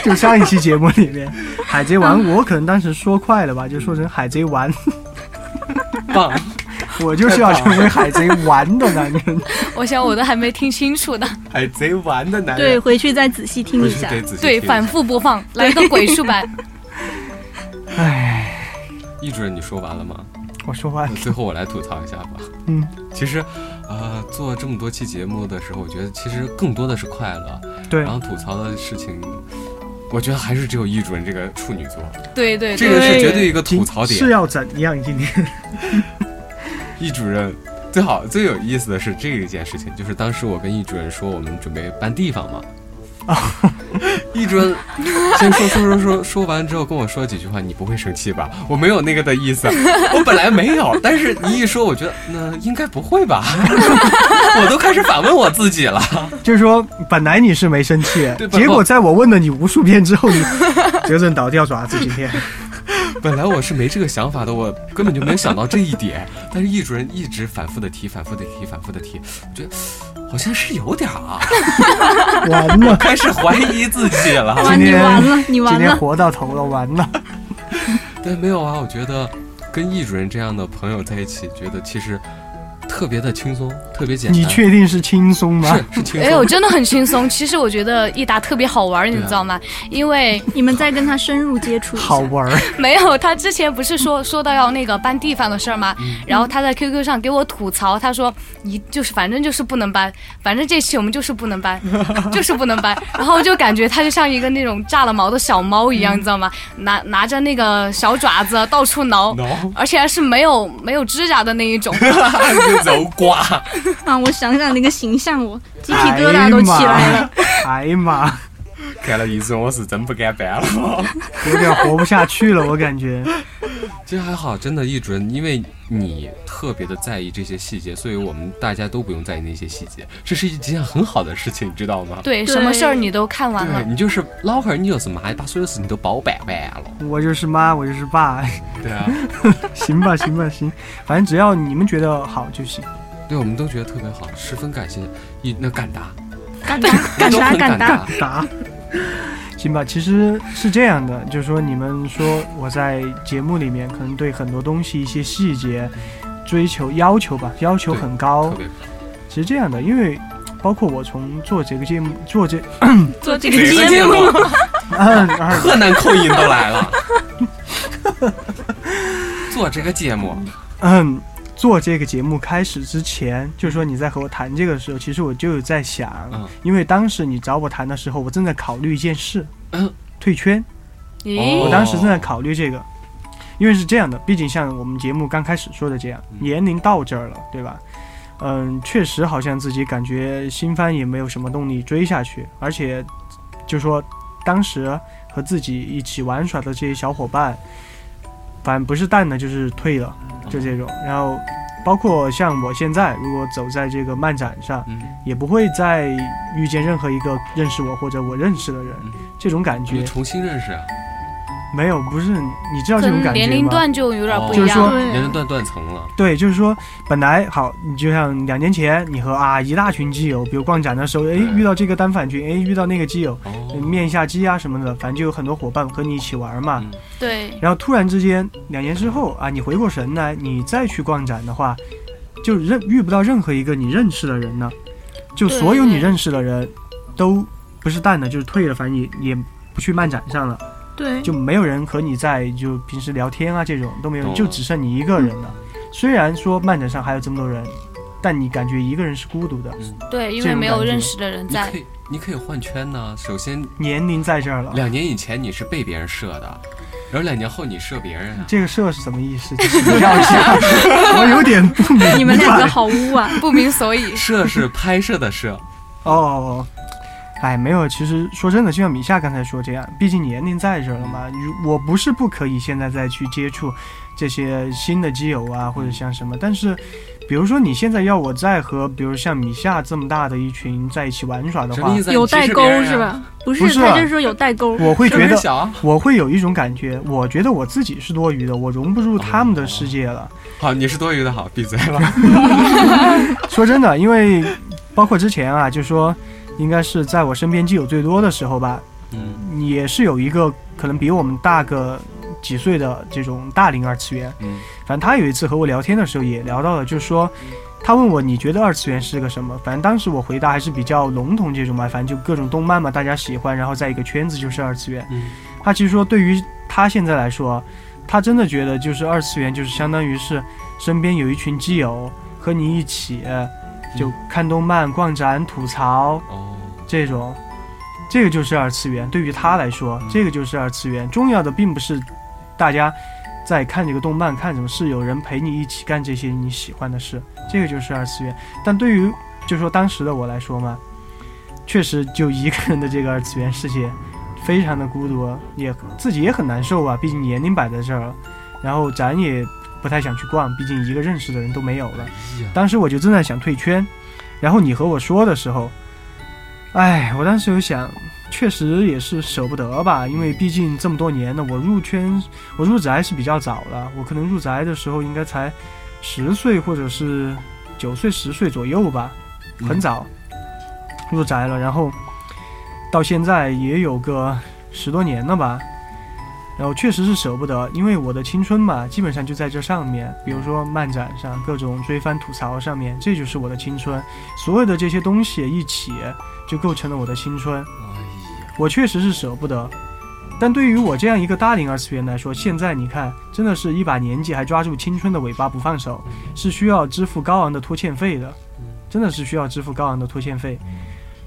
Speaker 1: 就上一期节目里面，海贼王我可能当时说快了吧，就说成海贼丸，
Speaker 4: 棒，
Speaker 1: 我就是要成为海贼丸的男 人。
Speaker 2: 我想我都还没听清楚呢。
Speaker 4: 海贼丸的男
Speaker 3: 对，
Speaker 4: 人，
Speaker 3: 回去再仔细听
Speaker 4: 不
Speaker 3: 一
Speaker 4: 是
Speaker 3: 下。
Speaker 4: 得仔细
Speaker 2: 对，
Speaker 4: 听
Speaker 2: 反复播放，来个鬼畜 版。
Speaker 1: 唉，
Speaker 4: 易主任，你说完了吗？
Speaker 1: 我说话
Speaker 4: 那最后我来吐槽一下吧。
Speaker 1: 嗯，
Speaker 4: 其实，呃，做这么多期节目的时候，我觉得其实更多的是快乐，
Speaker 1: 对
Speaker 4: 然后吐槽的事情，我觉得还是只有易主任这个处女座，
Speaker 2: 对对
Speaker 4: 这
Speaker 2: 对，
Speaker 4: 个是绝对一个吐槽
Speaker 1: 是
Speaker 4: 点。
Speaker 1: 要怎样今天？
Speaker 4: 易主任最好最有意思的是这一件事情，就是当时我跟易主任说我们准备搬地方嘛。易主任先说说说说说完之后跟我说几句话，你不会生气吧？我没有那个的意思，我本来没有，但是你一说，我觉得那应该不会吧， 我都开始反问我自己了。
Speaker 1: 就是说，本来你是没生气
Speaker 4: 对，本
Speaker 1: 结果在我问了你无数遍之后，你 折腾倒掉爪子。今天
Speaker 4: 本来我是没这个想法的，我根本就没有想到这一点。但是易主任一直反复的提，反复的提，反复的提，我觉得好像是有点儿啊，
Speaker 1: 完了，
Speaker 4: 开始怀疑自己了。
Speaker 3: 哇，
Speaker 1: 今
Speaker 3: 你
Speaker 1: 天
Speaker 3: 完了，你
Speaker 1: 今
Speaker 3: 完
Speaker 1: 天
Speaker 3: 了！
Speaker 1: 活到头了，完了。
Speaker 4: 但没有啊，我觉得跟易主任这样的朋友在一起，觉得其实特别的轻松，特别简单。
Speaker 1: 你确定是轻松吗？
Speaker 4: 是是轻
Speaker 2: 哎呦，
Speaker 4: 松。
Speaker 2: 真的很轻松。其实我觉得益达特别好玩，你
Speaker 4: 对啊
Speaker 2: 知道吗？因 为
Speaker 3: 你们再跟他深入接触一
Speaker 1: 好
Speaker 3: 下。
Speaker 1: 玩儿，
Speaker 2: 没有他之前不是说说到要那个搬地方的事儿吗？
Speaker 4: 嗯
Speaker 2: 然后他在 QQ 上给我吐槽，他说你就是反正就是不能搬，反正这期我们就是不能 搬，就是不能搬。然后我就感觉他就像一个那种炸了毛的小猫一样，你知道吗？拿拿着那个小爪子到处挠。
Speaker 4: 挠
Speaker 2: 而且还是没有没有指甲的那一种，
Speaker 4: 就走瓜，
Speaker 3: 啊，我想想那个形象，我鸡皮疙瘩
Speaker 1: 哎
Speaker 3: 都起来了。
Speaker 1: 哎呀妈，哎
Speaker 4: 看了易主任，我是真不敢办了。
Speaker 1: 呀妈，有点活不下去了，我感觉。
Speaker 4: 其实还好，真的，易主任，因为你特别的在意这些细节，所以我们大家都不用在意那些细节，这是一件很好的事情，你知道吗？
Speaker 2: 对，
Speaker 3: 对
Speaker 2: 什么事儿你都看完了
Speaker 4: 对，你就是老汉儿，你就是嘛，把所有事情都包办完了。
Speaker 1: 我就是妈，我就是爸，
Speaker 4: 对啊，
Speaker 1: 行吧，行吧，行，反正只要你们觉得好就行。
Speaker 4: 对我们都觉得特别好，十分感谢易那敢达，
Speaker 3: 敢打，敢
Speaker 4: 都
Speaker 3: 打，
Speaker 4: 很
Speaker 3: 敢打！
Speaker 4: 打，
Speaker 1: 打。行吧，其实是这样的，就是说你们说我在节目里面可能对很多东西一些细节追求要求吧，要求很高
Speaker 4: 特。别
Speaker 1: 其实这样的，因为包括我从做这个节目做这，
Speaker 3: 做 这
Speaker 4: 每个节目，
Speaker 1: 嗯， 二
Speaker 4: 河南口音都来了。 做这个节目，
Speaker 1: 嗯，做这个节目开始之前，就说你在和我谈这个的时候，其实我就有在想，
Speaker 4: 嗯
Speaker 1: 因为当时你找我谈的时候，我正在考虑一件事，
Speaker 4: 嗯哦
Speaker 1: 退圈。
Speaker 2: 咦，
Speaker 1: 我当时正在考虑这个，因为是这样的，毕竟像我们节目刚开始说的这样，
Speaker 4: 嗯
Speaker 1: 年龄到这儿了，对吧？嗯，确实好像自己感觉新番也没有什么动力追下去，而且就说当时和自己一起玩耍的这些小伙伴，反正不是淡了就是退了，就这种。然后包括像我现在，如果走在这个漫展上，
Speaker 4: 嗯，
Speaker 1: 也不会再遇见任何一个认识我或者我认识的人
Speaker 4: 嗯，
Speaker 1: 这种感觉
Speaker 4: 你。重新认识啊，
Speaker 1: 没有，不是你知道
Speaker 2: 可
Speaker 1: 这种
Speaker 2: 能
Speaker 1: 感
Speaker 2: 年
Speaker 1: 觉
Speaker 2: 龄
Speaker 1: 吗？
Speaker 2: 段哦就有点不
Speaker 1: 就是
Speaker 2: 一
Speaker 1: 说
Speaker 2: 样。
Speaker 3: 对
Speaker 4: 年龄段断层了，
Speaker 1: 对，就是说，本来好，你就像两年前，你和啊一大群基友，比如逛展的时候，哎，
Speaker 4: 嗯
Speaker 1: 遇到这个单反群，哎，遇到那个基友，
Speaker 4: 哦，
Speaker 1: 面一下基啊什么的，反正就有很多伙伴和你一起玩嘛。
Speaker 4: 嗯
Speaker 2: 对，
Speaker 1: 然后突然之间，两年之后啊，你回过神来，你再去逛展的话，就认遇不到任何一个你认识的人呢，就所有你
Speaker 2: 对
Speaker 1: 认识的人，都不是淡了，就是退了，反正也也不去漫展上了。
Speaker 3: 对，
Speaker 1: 就没有人和你在就平时聊天啊这种都没有人，
Speaker 4: 懂
Speaker 1: 就
Speaker 4: 了
Speaker 1: 只剩你一个人了。虽然说漫展上还有这么多人，但你感觉一个人是孤独
Speaker 4: 嗯
Speaker 1: 的，
Speaker 2: 对，因
Speaker 1: 这
Speaker 2: 为
Speaker 1: 种
Speaker 2: 没有
Speaker 1: 感觉
Speaker 2: 认识的人
Speaker 4: 你
Speaker 2: 在
Speaker 4: 可。以你可以换圈呢、首先
Speaker 1: 年龄在这儿了。
Speaker 4: 两年以前你是被别人射的，然后两年后你射别人啊。，
Speaker 1: 这个社是什么意思？就是你让一下， 我有点不明白。
Speaker 3: 你们两个好污 啊！
Speaker 2: 不明所 以
Speaker 4: 射是拍摄的射，
Speaker 1: 哦，哎，没有，其实说真的，就像米夏刚才说这样，毕竟年龄在这儿了嘛。如我不是不可以现在再去接触这些新的基友啊，或者像什么，但是。比如说，你现在要我再和，比如像米夏这么大的一群在一起玩耍的
Speaker 4: 什
Speaker 1: 话
Speaker 4: 么意，思、啊？
Speaker 3: 有
Speaker 4: 你歧
Speaker 3: 代
Speaker 4: 视
Speaker 3: 沟
Speaker 4: 别人啊
Speaker 3: 是？吧？不是，
Speaker 1: 不是
Speaker 3: 他就是说有代沟。
Speaker 1: 我会
Speaker 4: 是不
Speaker 1: 觉
Speaker 4: 是
Speaker 1: 得
Speaker 4: 小啊？
Speaker 1: 我会有一种感觉，我觉得我自己是多余的，我融不入他们的世界了。
Speaker 4: 好，你是多余的，好，闭 嘴了。
Speaker 1: 说真的，因为包括之前啊，就说应该是在我身边基友最多的时候吧，
Speaker 4: 嗯
Speaker 1: 也是有一个可能比我们大个几岁的这种大龄二次元，
Speaker 4: 嗯
Speaker 1: 反正他有一次和我聊天的时候也聊到了，就是说。他问我你觉得二次元是个什么？反正当时我回答还是比较笼统这种嘛，反正就各种动漫嘛，大家喜欢，然后在一个圈子就是二次元。
Speaker 4: 嗯
Speaker 1: 他其实说，对于他现在来说，他真的觉得就是二次元，就是相当于是身边有一群基友和你一起，呃就看动漫、逛展、吐槽
Speaker 4: 哦，
Speaker 1: 这种，这个就是二次元。对于他来说，
Speaker 4: 嗯
Speaker 1: 这个就是二次元。重要的并不是大家在看这个动漫、看什么，是有人陪你一起干这些你喜欢的事，这个就是二次元。但对于就说当时的我来说嘛，确实就一个人的这个二次元世界，非常的孤独，也自己也很难受啊。毕竟年龄摆在这儿了，然后展也不太想去逛，毕竟一个认识的人都没有
Speaker 4: 哎
Speaker 1: 了。当时我就正在想退圈，然后你和我说的时候，哎，我当时有想，确实也是舍不得吧，因为毕竟这么多年了，我入圈，我入宅是比较早了，我可能入宅的时候应该才十岁或者是九岁、十岁左右吧，很早入宅了，然后到现在也有个十多年了吧。然后确实是舍不得，因为我的青春嘛，基本上就在这上面，比如说漫展上、各种追番吐槽上面，这就是我的青春。所有的这些东西一起，就构成了我的青春。
Speaker 4: 哎
Speaker 1: 我确实是舍不得，但对于我这样一个大龄二次元来说，现在你看，真的是一把年纪还抓住青春的尾巴不放手，是需要支付高昂的拖欠费的，真的是需要支付高昂的拖欠费。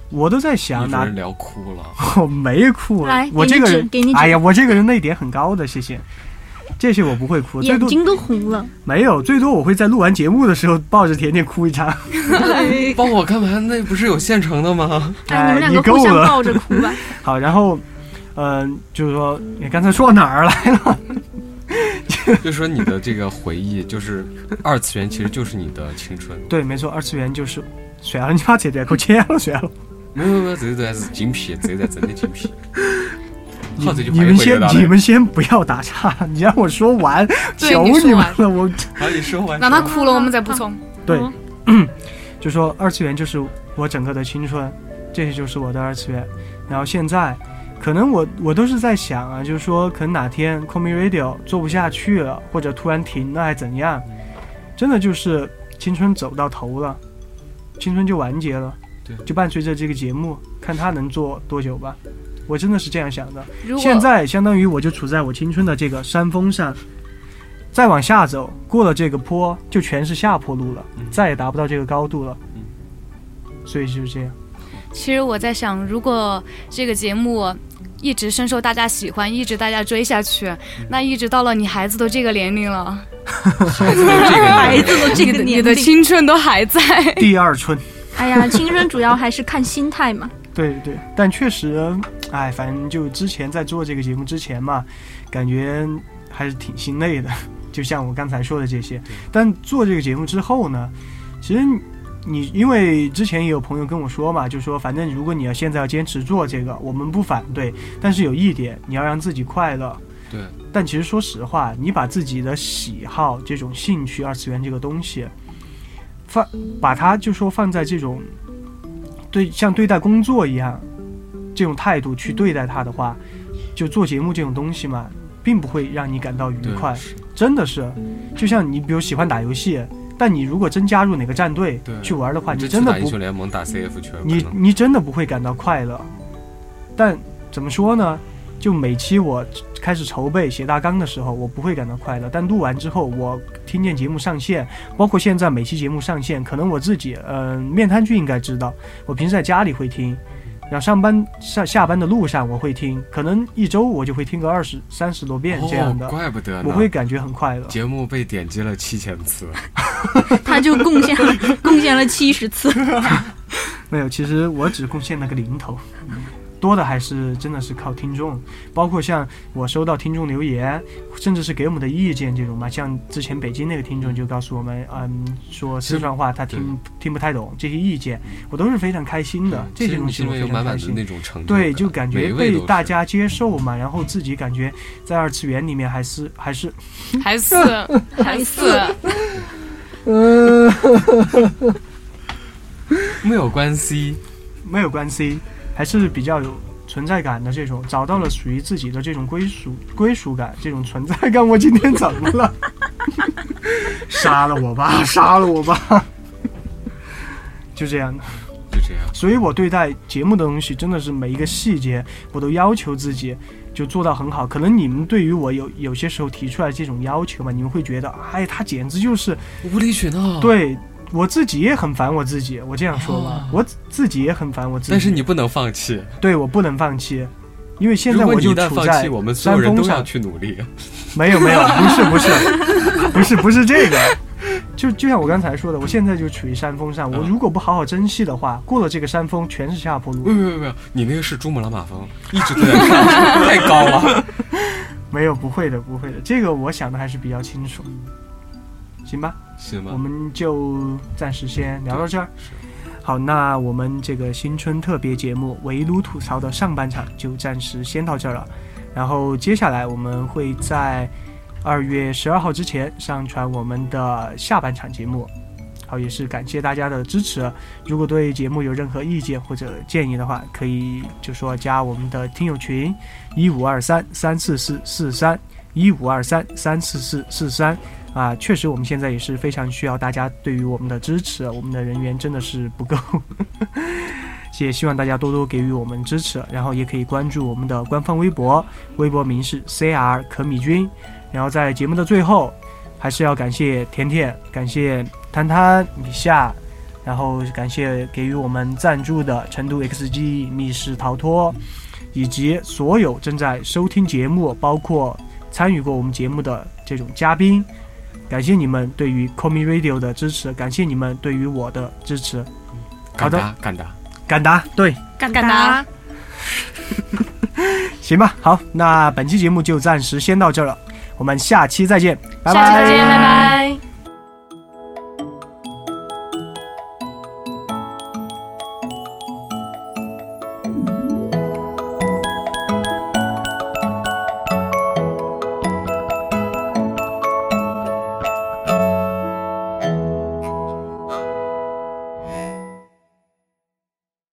Speaker 1: 我都在
Speaker 4: 哎呀，
Speaker 1: 想
Speaker 4: 你
Speaker 1: 拿
Speaker 4: 把人聊哭了。
Speaker 1: 我没哭，
Speaker 3: 来
Speaker 1: 我这个人，
Speaker 3: 给你纸给你纸
Speaker 1: 哎呀，我这个人泪点很高的，谢谢。这些我不会哭，最
Speaker 3: 眼
Speaker 1: 多
Speaker 3: 睛都红了，
Speaker 1: 没有，最多我会在录完节目的时候抱着甜甜哭一场。
Speaker 4: 帮我干嘛？那不是有现成的吗？
Speaker 3: 哎，你们两
Speaker 1: 你
Speaker 3: 个
Speaker 1: 够
Speaker 3: 互相
Speaker 1: 了
Speaker 3: 抱着哭 啊吧。
Speaker 1: 好，然后，嗯、就是说，你刚才说到哪儿了？
Speaker 4: 就说你的这个回忆， 就是二次元，其实就是你的青春。
Speaker 1: 对，没错，二次元就是，谁了？你把姐姐给我切了，谁了？
Speaker 4: 没有没有没有，这这是精辟，这这真的精辟。 好，这句话
Speaker 1: 你
Speaker 4: 又
Speaker 1: 们
Speaker 4: 回
Speaker 1: 先
Speaker 4: 到，
Speaker 1: 你
Speaker 4: 了。
Speaker 1: 们先不要打岔，你让我说完，
Speaker 2: 对
Speaker 1: 求
Speaker 2: 你说
Speaker 1: 你们
Speaker 2: 完
Speaker 1: 了，我
Speaker 4: 好，你说完。
Speaker 2: 让他哭了，我们再补充。
Speaker 1: 对
Speaker 3: 嗯，
Speaker 1: 就说二次元就是我整个的青春，这些就是我的二次元。然后现在，可能我我都是在想啊，就是说可能哪天 Call Me Radio 做不下去了，或者突然停了，还怎样？真的就是青春走到头了，青春就完结了。
Speaker 4: 对
Speaker 1: 就伴随着这个节目，看它能做多久吧。我真的是这样想的。
Speaker 2: 如果
Speaker 1: 现在相当于我就处在我青春的这个山峰上，再往下走，过了这个坡就全是下坡路了，再也达不到这个高度了。
Speaker 4: 嗯
Speaker 1: 所以就是这样，
Speaker 2: 其实我在想，如果这个节目一直深受大家喜欢，一直大家追下去，那一直到了你孩子都这个年龄了，
Speaker 4: 这个
Speaker 3: 子都这
Speaker 2: 你的你的青春都还在，
Speaker 1: 第二春，
Speaker 3: 哎呀，青春主要还是看心态嘛。
Speaker 1: 对对，但确实，哎，反正就之前在做这个节目之前嘛，感觉还是挺心累的，就像我刚才说的这些。但做这个节目之后呢，其实你因为之前也有朋友跟我说嘛，就说反正如果你要现在要坚持做这个，我们不反对，但是有一点，你要让自己快乐。
Speaker 4: 对。
Speaker 1: 但其实说实话，你把自己的喜好、这种兴趣、二次元这个东西，放把它就说放在这种对像对待工作一样这种态度去对待它的话，就做节目这种东西嘛，并不会让你感到愉
Speaker 4: 对
Speaker 1: 快。真的是，就像你比如喜欢打游戏，但你如果真加入哪个战队
Speaker 4: 对
Speaker 1: 去玩的话，你
Speaker 4: 这
Speaker 1: 真
Speaker 4: 次
Speaker 1: 的
Speaker 4: 打英
Speaker 1: 不
Speaker 4: 雄，联盟，打 CF 全
Speaker 1: 你你真的不会感到快乐。但怎么说呢？就每期我开始筹备写大纲的时候，我不会感到快乐，但录完之后，我听见节目上线，包括现在每期节目上线，可能我自己，嗯、面瘫君应该知道，我平时在家里会听，然后上班上下班的路上我会听，可能一周我就会听个二十三十多遍这样的，
Speaker 4: 哦，怪不得呢。
Speaker 1: 我会感觉很快乐。
Speaker 4: 节目被点击了七千次，
Speaker 3: 他就贡献了贡献了七十 次。
Speaker 1: 没有，其实我只贡献了个零头，多的还是真的是靠听众，包括像我收到听众留言，甚至是给我们的意见这种嘛。像之前北京那个听众就告诉我们，嗯，说四川话他
Speaker 4: 嗯
Speaker 1: 听听不太懂，这些意见我都是非常开心的，这些东西
Speaker 4: 是
Speaker 1: 我
Speaker 4: 因为有
Speaker 1: 非常
Speaker 4: 满
Speaker 1: 开
Speaker 4: 满的
Speaker 1: 心
Speaker 4: 那。种成就感，
Speaker 1: 对，就感
Speaker 4: 每一
Speaker 1: 觉
Speaker 4: 位
Speaker 1: 被
Speaker 4: 都
Speaker 1: 大
Speaker 4: 是
Speaker 1: 家接受嘛，然后自己感觉在二次元里面还是还是
Speaker 2: 还是还是
Speaker 4: 没有关系。
Speaker 1: 没有关系，还是比较有存在感的这种，找到了属于自己的这种归属归属感，这种存在感。我今天怎么了？ 杀了我吧， 杀了我吧！ 就这样的，
Speaker 4: 就这样，
Speaker 1: 所以我对待节目的东西真的是每一个细节，我都要求自己就做到很好。可能你们对于我有有些时候提出来这种要求嘛，你们会觉得，哎，他简直就是
Speaker 4: 无理取闹。，
Speaker 1: 对我自己也很烦我自己，我这样说吧
Speaker 4: 哦，
Speaker 1: 我自己也很烦我自己。
Speaker 4: 但是你不能放弃。
Speaker 1: 对我不能放弃，因为现
Speaker 4: 如
Speaker 1: 在
Speaker 4: 果
Speaker 1: 我
Speaker 4: 你一
Speaker 1: 就
Speaker 4: 旦
Speaker 1: 处
Speaker 4: 放
Speaker 1: 在
Speaker 4: 弃，我们所
Speaker 1: 山
Speaker 4: 有人
Speaker 1: 峰
Speaker 4: 都要
Speaker 1: 上。
Speaker 4: 去努力。
Speaker 1: 没有没有，不是不是 不是不是这个，就就像我刚才说的，我现在就处于山峰上，我
Speaker 4: 嗯
Speaker 1: 如果不好好珍惜的话，过了这个山峰全是下坡
Speaker 4: 没有
Speaker 1: 路。
Speaker 4: 没有没有，你那个是珠穆朗玛峰，一直都在看，太高了。
Speaker 1: 没有，不会的不会的，这个我想的还是比较清楚。行吧，
Speaker 4: 行
Speaker 1: 我
Speaker 4: 吗？
Speaker 1: 们就暂时先聊到这儿
Speaker 4: 是。
Speaker 1: 好，那我们这个新春特别节目《围炉吐槽》的上半场就暂时先到这儿了，然后接下来我们会在二月十二号之前上传我们的下半场节目。好，也是感谢大家的支持。如果对节目有任何意见或者建议的话，可以就说加我们的听友群一五二三三四四四三一五二三三四四四三。啊，确实我们现在也是非常需要大家对于我们的支持，我们的人员真的是不够， 也希望大家多多给予我们支持，然后也可以关注我们的官方微博，微博名是 CR 可米君，然后在节目的最后，还是要感谢甜甜，感谢摊摊米夏。然后感谢给予我们赞助的成都 XG 密室逃脱，以及所有正在收听节目，包括参与过我们节目的这种嘉宾，感谢你们对于 Call Me Radio 的支持，感谢你们对于我的支持。好
Speaker 4: 敢
Speaker 1: 的
Speaker 4: 打敢打，
Speaker 1: 敢答对，
Speaker 2: 敢
Speaker 3: 敢
Speaker 2: 答
Speaker 3: 答，
Speaker 1: 行吧，好，那本期节目就暂时先到这儿了，我们下期再见，拜拜。
Speaker 2: 下期再见，拜拜。